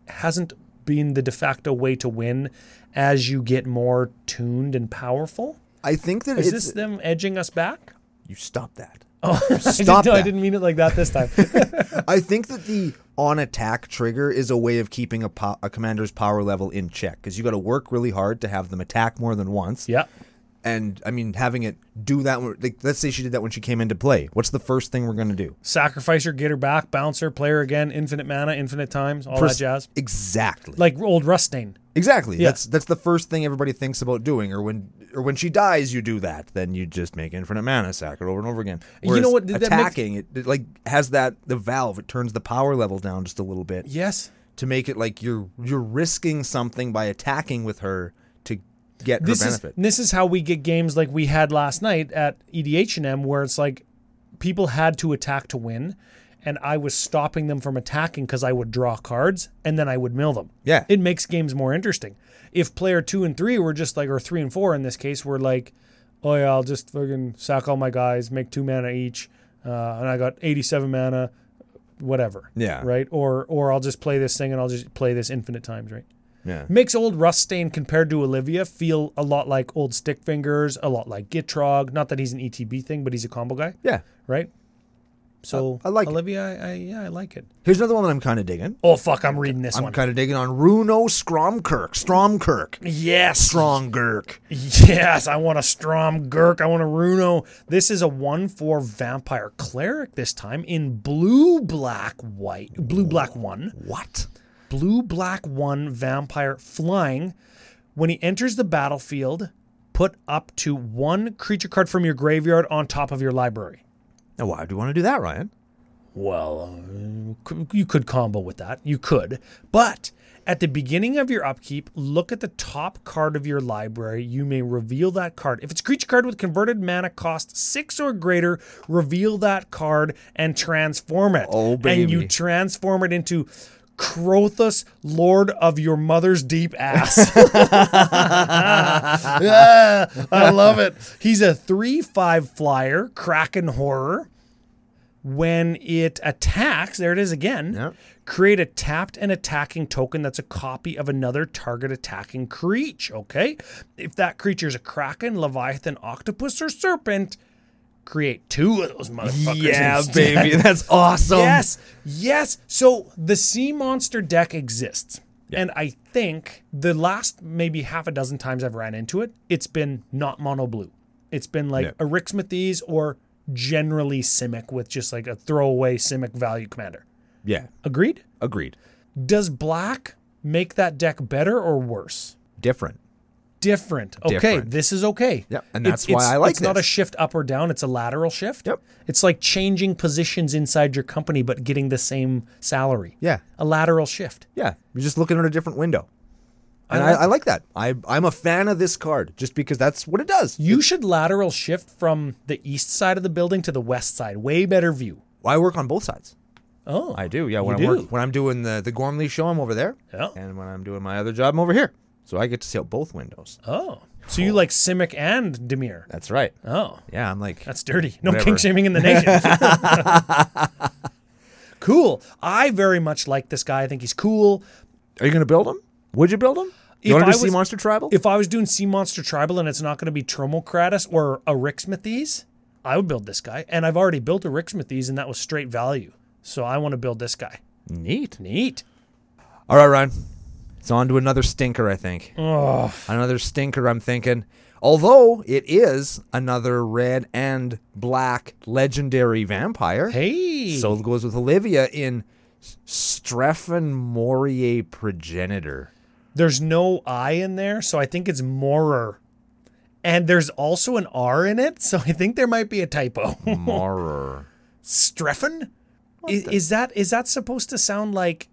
hasn't been the de facto way to win as you get more tuned and powerful.
I think that
Is
it's
this them edging us back?
you stop that.
Oh,
Stop
I, didn't, no, I
that.
didn't mean it like that this time.
I think that the on attack trigger is a way of keeping a, po- a commander's power level in check because you got to work really hard to have them attack more than once.
yeah.
and I mean having it do that. when- Like, let's say she did that when she came into play. What's the first thing we're going to do?
Sacrifice her, get her back, bounce her, play her again, infinite mana, infinite times, all that jazz.
Exactly.
Like old Rustain.
exactly. That's that's the first thing everybody thinks about doing. Or when or when she dies, you do that. Then you just make infinite mana sack it over and over again.
You
Whereas
know what, that makes-
Attacking it, it like has that the valve. It turns the power level down just a little bit
Yes.
to make it like you're you're risking something by attacking with her to get
This
her
is,
benefit.
this is how we get games like E we had last night at EDH&M where it's like people had to attack to win and I was stopping them from attacking because I would draw cards and then I would mill them.
Yeah.
It makes games more interesting. If player two and three were just like, or three and four in this case, were like, oh yeah, I'll just fucking sack all my guys, make two mana each, uh, and I got 87 mana, whatever.
Yeah.
Right? Or, or I'll just play this thing and I'll just play this infinite times, right?
Yeah.
Makes old Rust Stain compared to Olivia feel a lot like old Stick Fingers, a lot like Gitrog. Not that he's an ETB thing, but he's a combo guy,
Yeah.
right? So
I- I like it.
Olivia. I, I yeah, I like it.
Here's another one that I'm kind of digging.
Oh fuck, I'm reading this
I'm
one.
kind of digging on Runo Stromkirk. Stromkirk.
yes,
Strongkirk.
yes, I want a Strom Gurk. I want a Runo. This is a one-four vampire cleric this time in blue, black, white, blue, black one.
What?
blue black one vampire flying. When he enters the battlefield, put up to one creature card from your graveyard on top of your library.
Now, why do you want to do that, Ryan?
Well, uh, c- you could combo with that. You could. But at the beginning of your upkeep, look at the top card of your library. You may reveal that card. If it's a creature card with converted mana cost six or greater, reveal that card and transform it.
Oh,
And you
baby.
transform it into Crothus, Lord of your mother's deep ass. Yeah, I love it. He's a 3 5 flyer, Kraken Horror. When it attacks, there it is again.
Yeah.
Create a tapped and attacking token that's a copy of another target attacking creature. Okay. If that creature is a Kraken, Leviathan, Octopus, or Serpent, create two of those motherfuckers. instead.
That's awesome.
Yes, yes. So the sea monster deck exists. And I think the last maybe half a dozen times I've ran into it, it's been not mono blue. It's been like
Yeah.
Erixmathes or generally Simic with just like a throwaway Simic value commander.
Yeah.
Agreed?
Agreed.
Does black make that deck better or worse?
Different.
Different. Okay,
Different.
this is okay.
Yep, and
It's-
that's why
it's-
I like
It's not a
this.
shift up or down, it's a lateral shift.
Yep.
It's like changing positions inside your company but getting the same salary
Yeah.
a lateral shift.
Yeah. You're just looking at a different window. And
I
I,
like
I like that. I, I'm a fan of this card just because that's what it does.
You should lateral shift from the east side of the building to the west side. Way better view.
I work on both sides.
Oh,
I do. Yeah. When
You
I'm
do.
work, when I'm doing the the Gormley show, I'm over there.
Yeah.
And when I'm doing my other job, I'm over here. So I get to see out both windows.
Oh, so you like Simic and Demir?
That's right.
Oh,
Yeah. I'm like.
that's dirty. No
Whatever.
king shaming in the nation. cool. I very much like this guy. I think he's cool.
Are you going to build them? Would you build them?
If
You want
I
to do Sea
was-
Monster Tribal?
If I was doing Sea Monster Tribal and it's not going to be Tromocratus or Erixmathes, I would build this guy. And I've already built Erixmathes, and that was straight value. So I want to build this guy.
Neat.
Neat.
All right, Ryan. It's on to another stinker, I think.
Oh,
Another stinker, I'm thinking. Although it is another red and black legendary vampire.
hey.
So it goes with Olivia in Streffan Morier Progenitor.
There's no I in there, so I think it's Morer. And there's also an R in it, so I think there might be a typo.
Morer.
Streffen? Is, is that is that supposed to sound like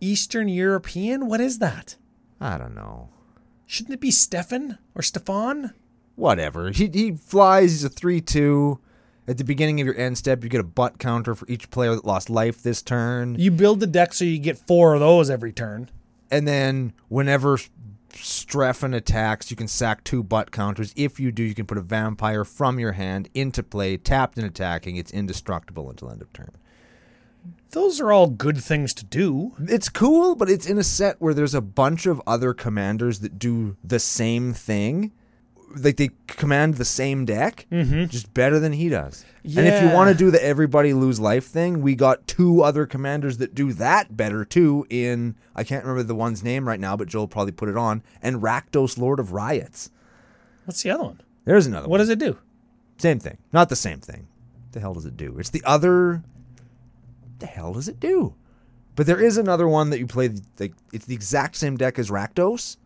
Eastern European? What is that?
I don't know.
Shouldn't it be Stefan or Stefan?
Whatever. He, he flies. He's a 3 2. At the beginning of your end step, you get a butt counter for each player that lost life this turn.
You build the deck so you get four of those every turn.
and then whenever Streffen attacks, you can sack two butt counters. If you do, you can put a vampire from your hand into play, tapped and attacking. It's indestructible until end of turn.
Those are all good things to do.
It's cool, but it's in a set where there's a bunch of other commanders that do the same thing. Like they command the same deck, just better than he does. And if you
Yeah.
want to do the everybody lose life thing, we got two other commanders that do that better too. In I can't remember the one's name right now, but Joel probably put it on. And Rakdos, Lord of Riots.
What's the other one?
There's another
What
one.
does it do?
Same thing, not the same thing. What the hell does it do? It's the other. What the hell does it do? But there is another one that you play. Like it's the exact same deck as Rakdos.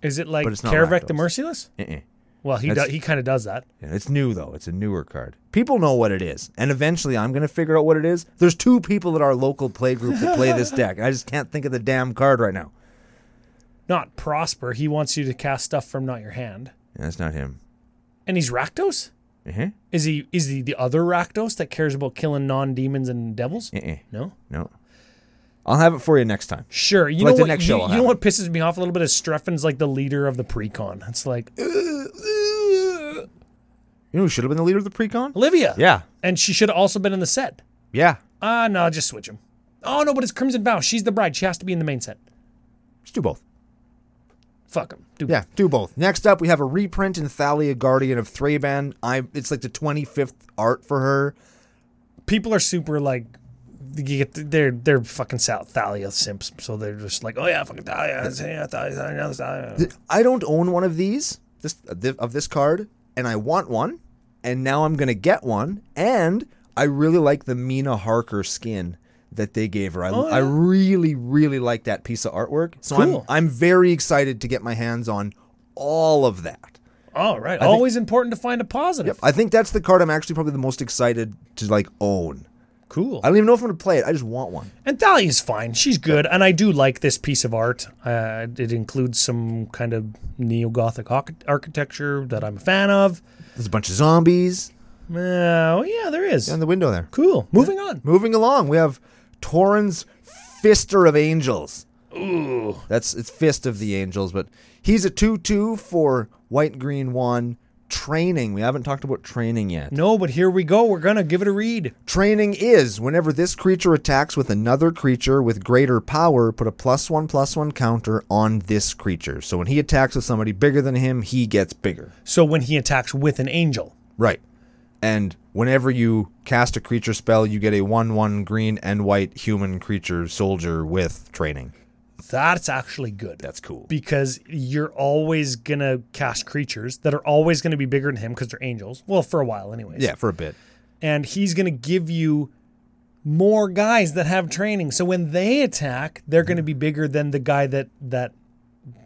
Is it like
But it's not
Karavek the
Rakdos.
Merciless?
Uh-uh.
Well, he do,
That's-
he kind of does that.
Yeah, it's new though. It's a newer card. People know what it is, and eventually I'm gonna figure out what it is. There's two people at our local play group that play this deck. I just can't think of the damn card right now.
Not Prosper. He wants you to cast stuff from not your hand.
Yeah, that's not him.
And he's Rakdos?
Uh-huh.
Is he is he the other Rakdos that cares about killing non demons and devils?
Uh-uh.
No.
No. I'll have it for you next time.
Sure. You
Like
know
the
what?
next
you
show I'll
you
have
know what pisses me off a little bit is Streffan's like the leader of the precon. It's like
You know who should have been the leader of the pre-con?
Olivia.
Yeah.
And she should have also been in the set.
Yeah.
Ah, no, just switch him. Oh no, but it's Crimson Vow. She's the bride. She has to be in the main set.
Just do both.
Fuck him. Dude.
Yeah, do both. Next up, we have a reprint in Thalia Guardian of Thraben. I it's like the 25th art for her.
People are super like you get they're they're fucking South Thalia simps, so they're just like, oh yeah, fucking Thalia, yeah, Thalia, Thalia, Thalia.
I don't own one of these this thi- of this card, and I want one, and now I'm gonna get one, and I really like the Mina Harker skin that they gave her. I, I really really like that piece of artwork. So
Cool.
I'm I'm very excited to get my hands on all of that.
All right. Always important to find a positive.
I think that's the card I'm actually probably the most excited to like own.
Cool.
I don't even know if I'm gonna play it. I just want one.
And Thalia's fine. She's good. And I do like this piece of art. Uh, it includes some kind of neo Gothic architecture that I'm a fan of.
There's a bunch of zombies
Uh, oh, yeah, there is.
in the window there.
Cool. Moving on.
Moving along, we have Torrin's Fister of Angels. Ooh. That's it's Fist of the Angels, but he's a 2 2 for white green one. Training. We haven't talked about training yet.
No, but here we go. We're going to give it a read.
Training is whenever this creature attacks with another creature with greater power, put a plus one plus one counter on this creature. So when he attacks with somebody bigger than him, he gets bigger.
So when he attacks with an angel,
Right. And whenever you cast a creature spell, you get a 1 1 green and white human creature soldier with training.
that's actually good.
That's cool.
because you're always going to cast creatures that are always going to be bigger than him because they're angels. Well, for a while, anyways.
Yeah, for a bit.
and he's going to give you more guys that have training. So when they attack, they're going to be bigger than the guy that that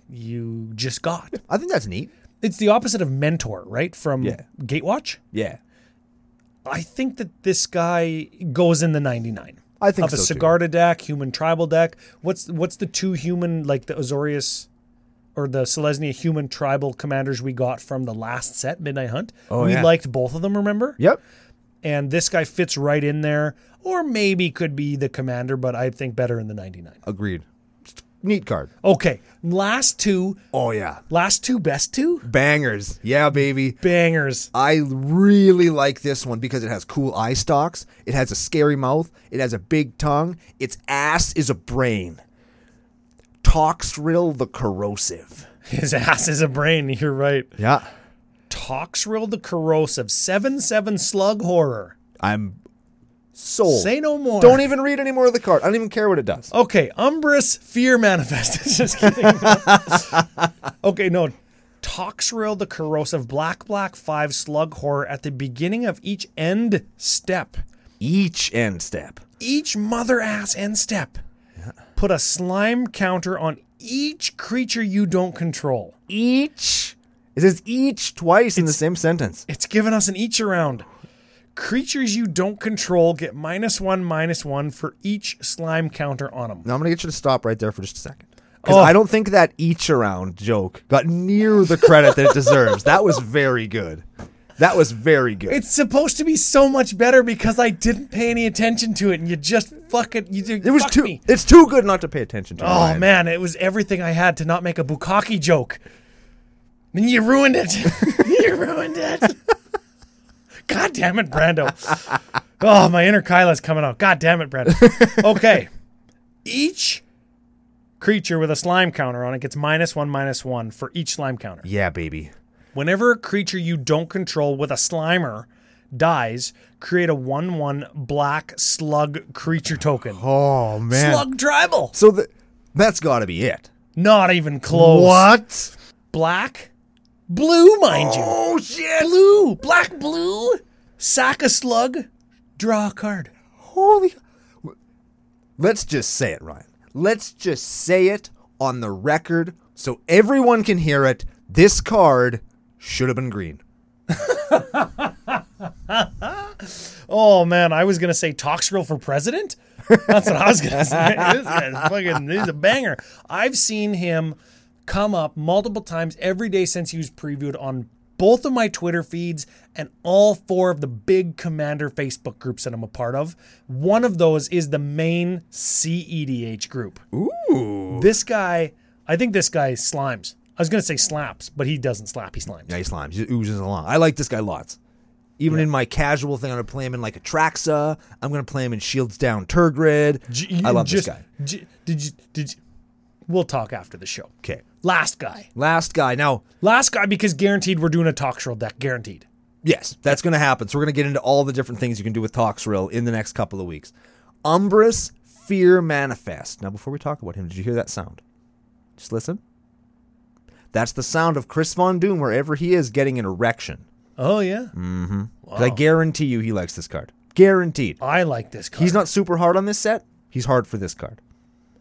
you just got.
I think that's neat.
It's the opposite of mentor, right? From
Yeah.
Gatewatch.
Yeah.
I think that this guy goes in the 99.
I think
of a
so too.
Sigarda deck, human tribal deck. What's what's the two human like the Azorius or the Selesnya human tribal commanders we got from the last set, Midnight Hunt?
Oh,
we
yeah.
liked both of them, remember?
Yep.
and this guy fits right in there, or maybe could be the commander, but I think better in the 99.
Agreed. Just Neat card.
Okay, last two,
Oh, yeah.
last two, best two
Bangers. Yeah, baby.
bangers.
I really like this one because it has cool eye stalks. It has a scary mouth. It has a big tongue. Its ass is a brain. Toxrill the corrosive.
His ass is a brain. You're right.
Yeah.
Toxrill the corrosive, seven seven slug horror.
I'm sold.
Say no more.
Don't e- even read any more of the card. I don't even care what it does.
Okay, Umbrus Fear Manifest. Just kidding. okay, no. Toxrill the corrosive, black black five slug horror at the beginning of each end step.
Each end step.
each mother ass end step. Put a slime counter on each creature you don't control.
Each. It says each twice in the same sentence.
It's given us an each around. Creatures you don't control get minus one, minus one for each slime counter on them.
Now I'm gonna get you to stop right there for just a second. Because
Oh.
I don't think that each around joke got near the credit that it deserves. That was very good. That was very good.
It's supposed to be so much better because I didn't pay any attention to it, and you just fucking you did.
it was too.
Me.
It's too good not to pay attention to.
Oh
Ryan.
man, it was everything I had to not make a bukkake joke. And you ruined it. you ruined it. God damn it, Brando. Oh, my inner Kyla's coming out. God damn it, Brando. Okay. Each creature with a slime counter on it gets minus one, minus one for each slime counter.
Yeah, baby.
Whenever a creature you don't control with a slimer dies, create a one one black slug creature token.
Oh man.
Slug tribal.
So the, that's got to be it.
Not even close.
What?
black, blue, mind
Oh shit!
you. Blue, black, blue. Sack a slug, draw a card.
Holy. Let's just say it, Ryan. Let's just say it on the record so everyone can hear it. This card should have been green.
Oh man, I was gonna say Toxgirl for president. That's what I was gonna say. This guy's fucking he's a banger. I've seen him come up multiple times every day since he was previewed on both of my Twitter feeds and all four of the big Commander Facebook groups that I'm a part of. One of those is the main CEDH group.
Ooh.
This guy, I think this guy slimes. I was going to say slaps, but he doesn't slap, he slimes.
Yeah, he slimes. He oozes along. I like this guy lots. Even in my casual thing, I'm gonna play him in like a Traxa. I'm gonna play him in Shields Down Turgrid.
J- you
I love
just,
this guy.
j- did you? Did you? We'll talk after the show.
Okay.
Last guy.
Last guy. Now,
Last guy because guaranteed we're doing a talk show deck. Guaranteed.
yes, that's gonna happen. So we're gonna get into all the different things you can do with Toxrill in the next couple of weeks. Umbrus Fear Manifest. Now, before we talk about him, did you hear that sound? Just listen. That's the sound of Chris Von Doom wherever he is getting an erection.
Oh yeah.
Mm. 'Cause I guarantee you he likes this card. Guaranteed.
I like this card.
He's not super hard on this set. He's hard for this card.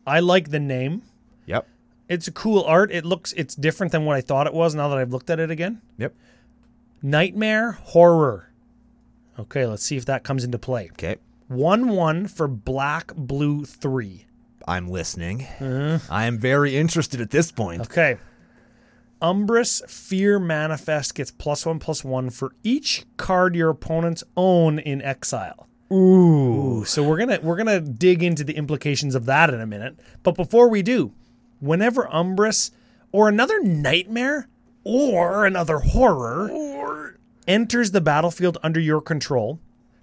I like the name.
Yep.
It's a cool art. It looks. It's different than what I thought it was. Now that I've looked at it again.
Yep.
Nightmare horror. Okay, let's see if that comes into play.
Okay.
One one for black blue three.
I'm listening. I am very interested at this point.
Okay. Umbrus Fear Manifest gets plus one plus one for each card your opponents own in exile. Ooh. So we're gonna we're gonna dig into the implications of that in a minute. But before we do, whenever Umbrus or another nightmare or another horror enters the battlefield under your control,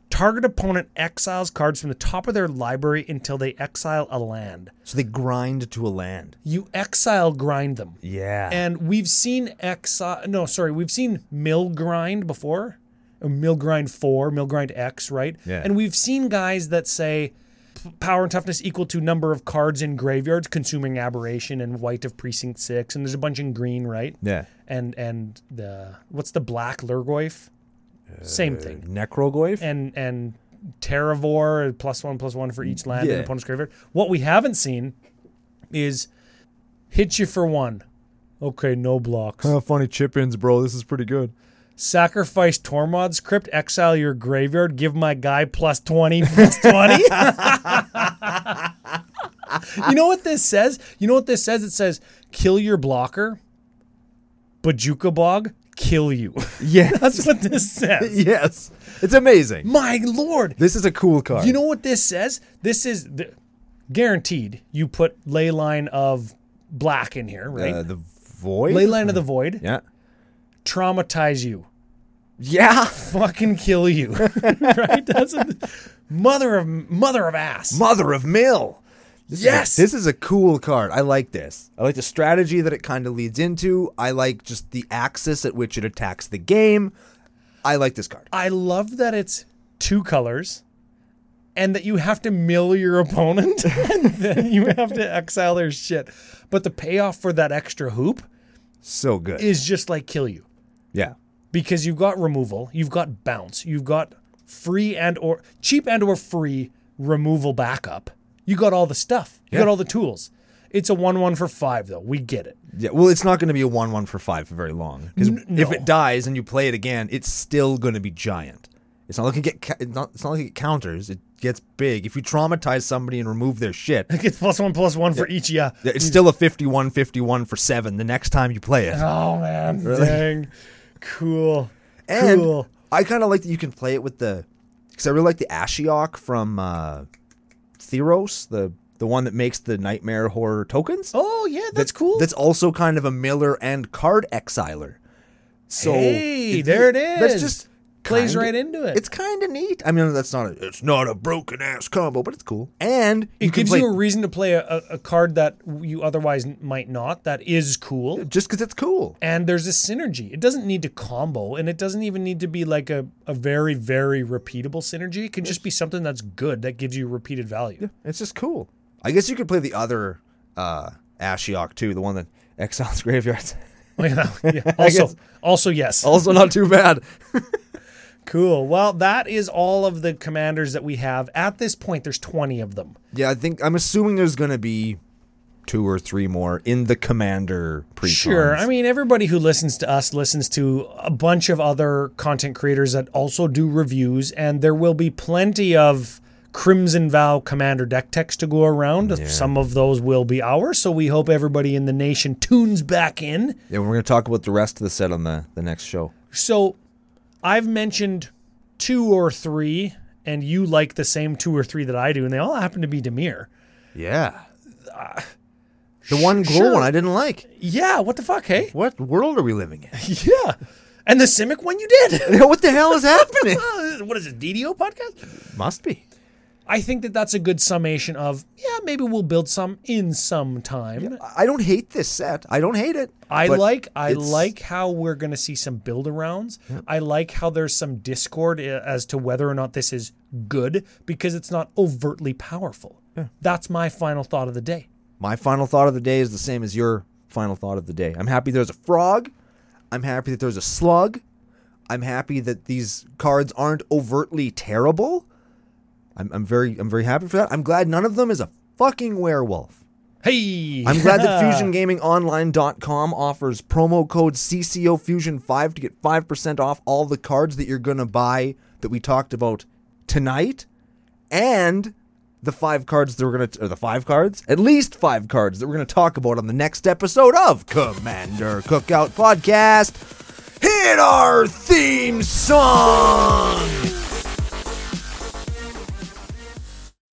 target opponent exiles cards from the top of their library until they exile a land.
So they grind to a land.
You exile grind them.
Yeah.
And we've seen exile. No, sorry, we've seen mill grind before, or mill grind four, mill grind X, right?
Yeah.
And we've seen guys that say p- power and toughness equal to number of cards in graveyards, consuming aberration and white of precinct six, and there's a bunch in green, right?
yeah.
And and the what's the black Lurgoyf? Same thing.
Necrogoyf?
And and Terravor plus one plus one for each land in
Yeah.
opponent's graveyard. What we haven't seen is hit you for one. Okay, no blocks.
Oh, funny chip ins, bro. This is pretty good.
Sacrifice Tormod's crypt, exile your graveyard, give my guy plus 20, plus 20. you know what this says? You know what this says? It says, kill your blocker, Bajuka Bog, kill you.
Yeah.
That's what this says.
yes. It's amazing.
My lord.
This is a cool card.
You know what this says? This is the, guaranteed you put ley line of black in here, right?
uh, the void?
ley line of the void,
yeah.
traumatize you.
Yeah.
fucking kill you, right? That's a, mother of mother of ass.
Mother of Mill. This is a-
Yes!
this is a cool card. I like this. I like the strategy that it kind of leads into. I like just the axis at which it attacks the game. I like this card.
I love that it's two colors, and that you have to mill your opponent, and then you have to exile their shit. But the payoff for that extra hoop
So good.
is just like kill you.
yeah.
because you've got removal, you've got bounce, you've got free and or cheap and or free removal backup. You got all the stuff. You got
Yeah.
all the tools. It's a one-one for five though. We get it.
Yeah, well, it's not going to be a one-one for five for very long because if
no.
it dies and you play it again, it's still going to be giant. It's not like it get ca- it's not, it's not like it counters. It gets big. If you traumatize somebody and remove their shit,
It gets plus one plus one for each. Yeah.
it's still a 51-51 for seven the next time you play it.
Oh man, dang, cool,
And
cool.
I kind of like that you can play it with the because I really like the Ashiok from uh, Theros, the the one that makes the nightmare horror tokens.
Oh yeah, that's cool.
That's also kind of a Miller and card exiler. So
Hey, there it
That's
is.
just
Plays
kinda-
right into it.
It's kind of neat. I mean, that's not a, it's not a broken ass combo, but it's cool. And you
it
can
gives
play
you a reason to play a, a- a card that you otherwise might not. That is cool.
just because it's cool.
and there's a synergy. It doesn't need to combo, and it doesn't even need to be like a, a very, very repeatable synergy. It can just be something that's good that gives you repeated value.
It's just cool. I guess you could play the other uh, Ashiok too, the one that exiles graveyards.
Oh, yeah. Yeah. Also,
guess-
also yes.
also not too bad.
Cool. Well, that is all of the commanders that we have at this point. There's 20 of them.
Yeah, I think I'm assuming there's gonna be two or three more in the commander pre.
Sure. I mean, everybody who listens to us listens to a bunch of other content creators that also do reviews, and there will be plenty of Crimson Vow Commander deck techs to go around. Some of those will be ours, so we hope everybody in the nation tunes back in.
yeah, we're gonna talk about the rest of the set on the the next show.
So I've mentioned two or three, and you like the same two or three that I do, and they all happen to be Demir.
Yeah. The one glow
sure.
one I didn't like.
Yeah, what the fuck, hey?
What world are we living in?
Yeah. And the Simic one you did.
what the hell is happening?
Uh, what is it, DDO podcast?
Must be.
I think that that's a good summation of, yeah, maybe we'll build some in some time.
I don't hate this set. I don't hate it.
I
but
like I
it's-
like how we're going to see some build arounds. I like how there's some discord uh, as to whether or not this is good because it's not overtly powerful. That's my final thought of the day.
My final thought of the day is the same as your final thought of the day. I'm happy there's a frog. I'm happy that there's a slug. I'm happy that these cards aren't overtly terrible. I'm, I'm very I'm very happy for that. I'm glad none of them is a fucking werewolf.
Hey,
I'm glad that FusionGamingOnline.com offers promo code CCO Fusion 5 to get 5% off all the cards that you're going to buy that we talked about tonight and the five cards that we're going to, or the five cards, at least five cards that we're going to talk about on the next episode of Commander Cookout Podcast. Hit our theme song!